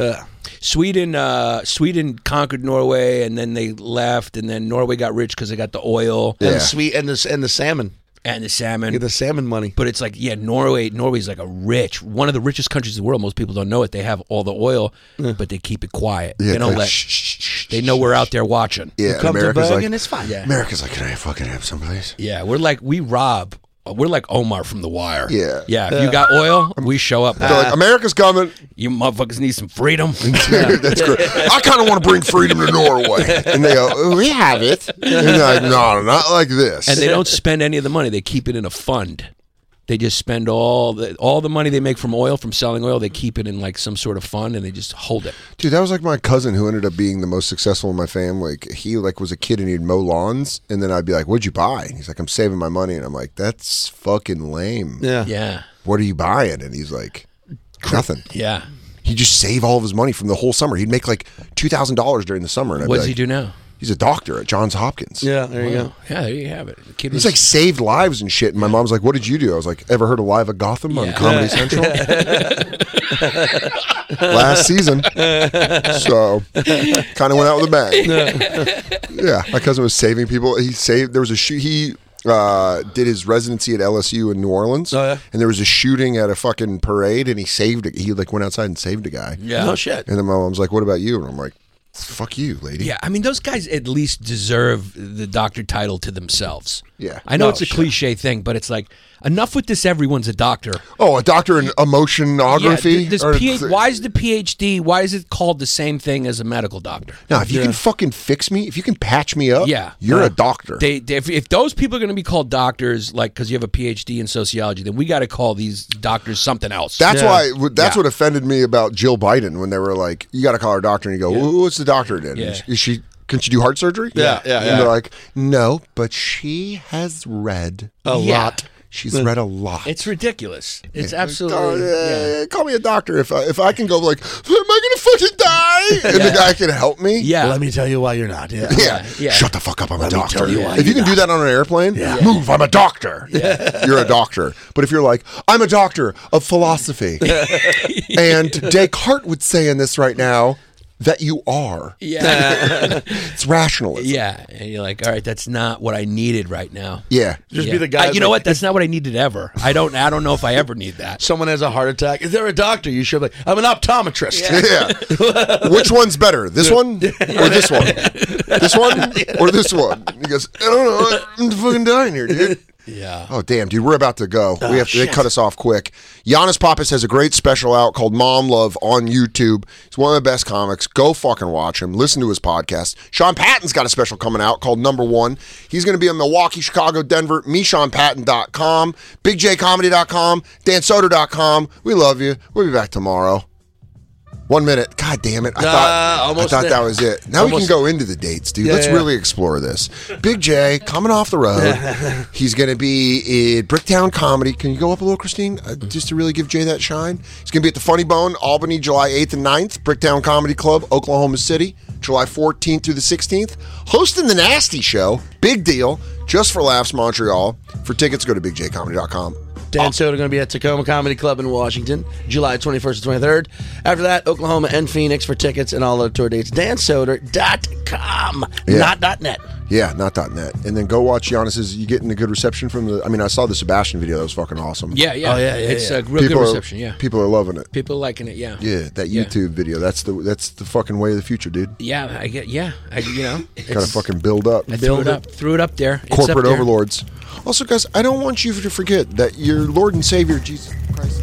Speaker 7: Sweden, uh, Sweden conquered Norway, and then they left, and then Norway got rich because they got the oil
Speaker 6: And
Speaker 5: Yeah.
Speaker 6: the sweet and the and the salmon.
Speaker 7: and the
Speaker 6: Get
Speaker 7: salmon.
Speaker 6: the salmon money.
Speaker 7: But it's like, yeah, Norway. Norway's like a rich, one of the richest countries in the world. Most people don't know it. They have all the oil, but they keep it quiet.
Speaker 5: Yeah,
Speaker 7: they don't
Speaker 5: like,
Speaker 7: let.
Speaker 5: shh, shh, shh,
Speaker 7: they know we're out there watching.
Speaker 5: Yeah, and
Speaker 6: Come to
Speaker 5: America's
Speaker 6: Bergen,
Speaker 5: like,
Speaker 6: it's fine. Yeah.
Speaker 5: America's like, can I fucking have some, please?
Speaker 7: Yeah, we're like we rob. We're like Omar from The Wire.
Speaker 5: Yeah.
Speaker 7: yeah. If you got oil, we show up.
Speaker 5: They're like, America's coming.
Speaker 7: you motherfuckers need some freedom.
Speaker 5: That's great. I kind of want to bring freedom to Norway. And they go, "Oh, we have it. And they're like, no, not like this.
Speaker 7: and they don't spend any of the money. They keep it in a fund. They just spend all the all the money they make from oil, from selling oil. They keep it in like some sort of fund, and they just hold it.
Speaker 5: Dude, that was like my cousin who ended up being the most successful in my family. Like, he like was a kid and he'd mow lawns. And then I'd be like, what'd you buy? And he's like, I'm saving my money. And I'm like, that's fucking lame.
Speaker 6: Yeah.
Speaker 7: Yeah,
Speaker 5: What are you buying? And he's like, nothing.
Speaker 7: yeah.
Speaker 5: He'd just save all of his money from the whole summer. He'd make like $2,000 during the summer. And I'd
Speaker 7: What
Speaker 5: be
Speaker 7: does
Speaker 5: like,
Speaker 7: he do now?
Speaker 5: He's a doctor at Johns Hopkins.
Speaker 6: Yeah, there you go.
Speaker 7: Yeah, there you have it. The kid
Speaker 5: He's
Speaker 7: was
Speaker 5: like saved lives and shit. And my mom's like, "What did you do?" I was like, "Ever heard of Live at Gotham on Comedy Central?" Last season, so kind of went out with a bang. yeah, my cousin was saving people. He saved. There was a shoot. He uh, did his residency at LSU in New Orleans.
Speaker 6: Oh, yeah.
Speaker 5: And there was a shooting at a fucking parade, and he saved. It. He like went outside and saved a guy.
Speaker 7: yeah.
Speaker 6: No shit.
Speaker 5: And then my mom's like, "What about you?" And I'm like, "Fuck you, lady."
Speaker 7: Yeah, I mean, those guys at least deserve the doctor title to themselves.
Speaker 5: Yeah.
Speaker 7: I know
Speaker 5: No,
Speaker 7: it's a cliche thing, but it's like enough with this. Everyone's a doctor.
Speaker 5: Oh, a doctor in emotionography.
Speaker 7: Yeah, th- this
Speaker 5: Or-
Speaker 7: P- why is the PhD? Why is it called the same thing as a medical doctor?
Speaker 5: No, if you can fucking fix me, if you can patch me up,
Speaker 7: Yeah.
Speaker 5: you're
Speaker 7: Yeah.
Speaker 5: a doctor.
Speaker 7: They, they if, if those people are going to be called doctors, like because you have a PhD in sociology, then we got to call these doctors something else.
Speaker 5: that's why. That's what offended me about Jill Biden when they were like, "You got to call her doctor," and you go, "Wh- "What's the doctor in?
Speaker 7: Yeah.
Speaker 5: Is she? Can she do heart surgery?"
Speaker 6: Yeah, yeah,
Speaker 5: And
Speaker 6: yeah.
Speaker 5: they're like, "No, but she has read a
Speaker 7: Yeah.
Speaker 5: lot. She's read a lot."
Speaker 7: it's ridiculous. It's
Speaker 5: Oh,
Speaker 7: absolutely.
Speaker 5: yeah,
Speaker 7: Yeah.
Speaker 5: yeah, Call me a doctor if I, if I can go like, am I gonna fucking die? And the guy can help me.
Speaker 7: Yeah.
Speaker 4: Let me tell you why you're not. Yeah.
Speaker 5: Yeah.
Speaker 7: yeah.
Speaker 5: Shut the fuck up. I'm a doctor.
Speaker 4: tell you why
Speaker 5: if you can do that on an airplane, move. I'm a doctor. You're a doctor. But if you're like, I'm a doctor of philosophy, and Descartes would say in this right now, that you are.
Speaker 7: Yeah.
Speaker 5: it's rationalism.
Speaker 7: Yeah, and you're like, all right, that's not what I needed right now.
Speaker 5: Yeah.
Speaker 4: Just be the guy
Speaker 7: I- you
Speaker 4: that-
Speaker 7: know what? That's not what I needed ever. I don't. I don't know if I ever need that.
Speaker 4: Someone has a heart attack. Is there a doctor? You should be like, I'm an optometrist.
Speaker 5: Yeah. Which one's better, this one or this one? This one or this one? He goes, I don't know. I'm fucking dying here, dude.
Speaker 7: Yeah.
Speaker 5: Oh damn, dude, we're about to go.
Speaker 7: Oh,
Speaker 5: we have to, they
Speaker 7: shit.
Speaker 5: cut us off quick. Giannis Pappas has a great special out called Mom Love on YouTube. He's one of the best comics. Go fucking watch him. Listen to his podcast. Sean Patton's got a special coming out called Number One. He's going to be in Milwaukee, Chicago, Denver. MeSeanPatton.com, BigJComedy.com, DanSoder.com. We love you. We'll be back tomorrow. One minute. God damn it. I
Speaker 4: Nah,
Speaker 5: thought, I
Speaker 4: almost
Speaker 5: thought
Speaker 4: there.
Speaker 5: that was it. Now we
Speaker 4: Almost-
Speaker 5: can go into the dates, dude.
Speaker 4: Yeah,
Speaker 5: Let's
Speaker 4: yeah.
Speaker 5: really explore this. Big J coming off the road. He's going to be at Bricktown Comedy. Can you go up a little, Christine, uh, just to really give Jay that shine? He's going to be at the Funny Bone, Albany, July 8th and 9th. Bricktown Comedy Club, Oklahoma City, July 14th through the 16th. Hosting the Nasty Show. Big deal. Just for Laughs Montreal. For tickets, go to bigjcomedy.com.
Speaker 4: Dan Soder going to be at Tacoma Comedy Club in Washington, July 21st and 23rd. After that, Oklahoma and Phoenix for tickets and all other tour dates. DanSoder.com,
Speaker 5: Yeah.
Speaker 4: not dot .net.
Speaker 5: Yeah, not .net. And then go watch Giannis's. You getting a good reception from the? I mean, I saw the Sebastian video. That was fucking awesome.
Speaker 7: Yeah, yeah,
Speaker 4: Oh, yeah, yeah,
Speaker 7: It's
Speaker 4: yeah.
Speaker 7: a real good
Speaker 5: People are-
Speaker 7: reception. yeah,
Speaker 5: people are loving it.
Speaker 7: people liking it. Yeah,
Speaker 5: Yeah, that
Speaker 7: Yeah.
Speaker 5: YouTube video. That's the that's the fucking way of the future, dude.
Speaker 7: yeah. I get. Yeah, I, you know, it's,
Speaker 5: Got to fucking build up.
Speaker 7: I threw it up. Threw it up there. It's up
Speaker 5: Corporate
Speaker 7: there.
Speaker 5: overlords. Also, guys, I don't want you to forget that your Lord and Savior Jesus Christ.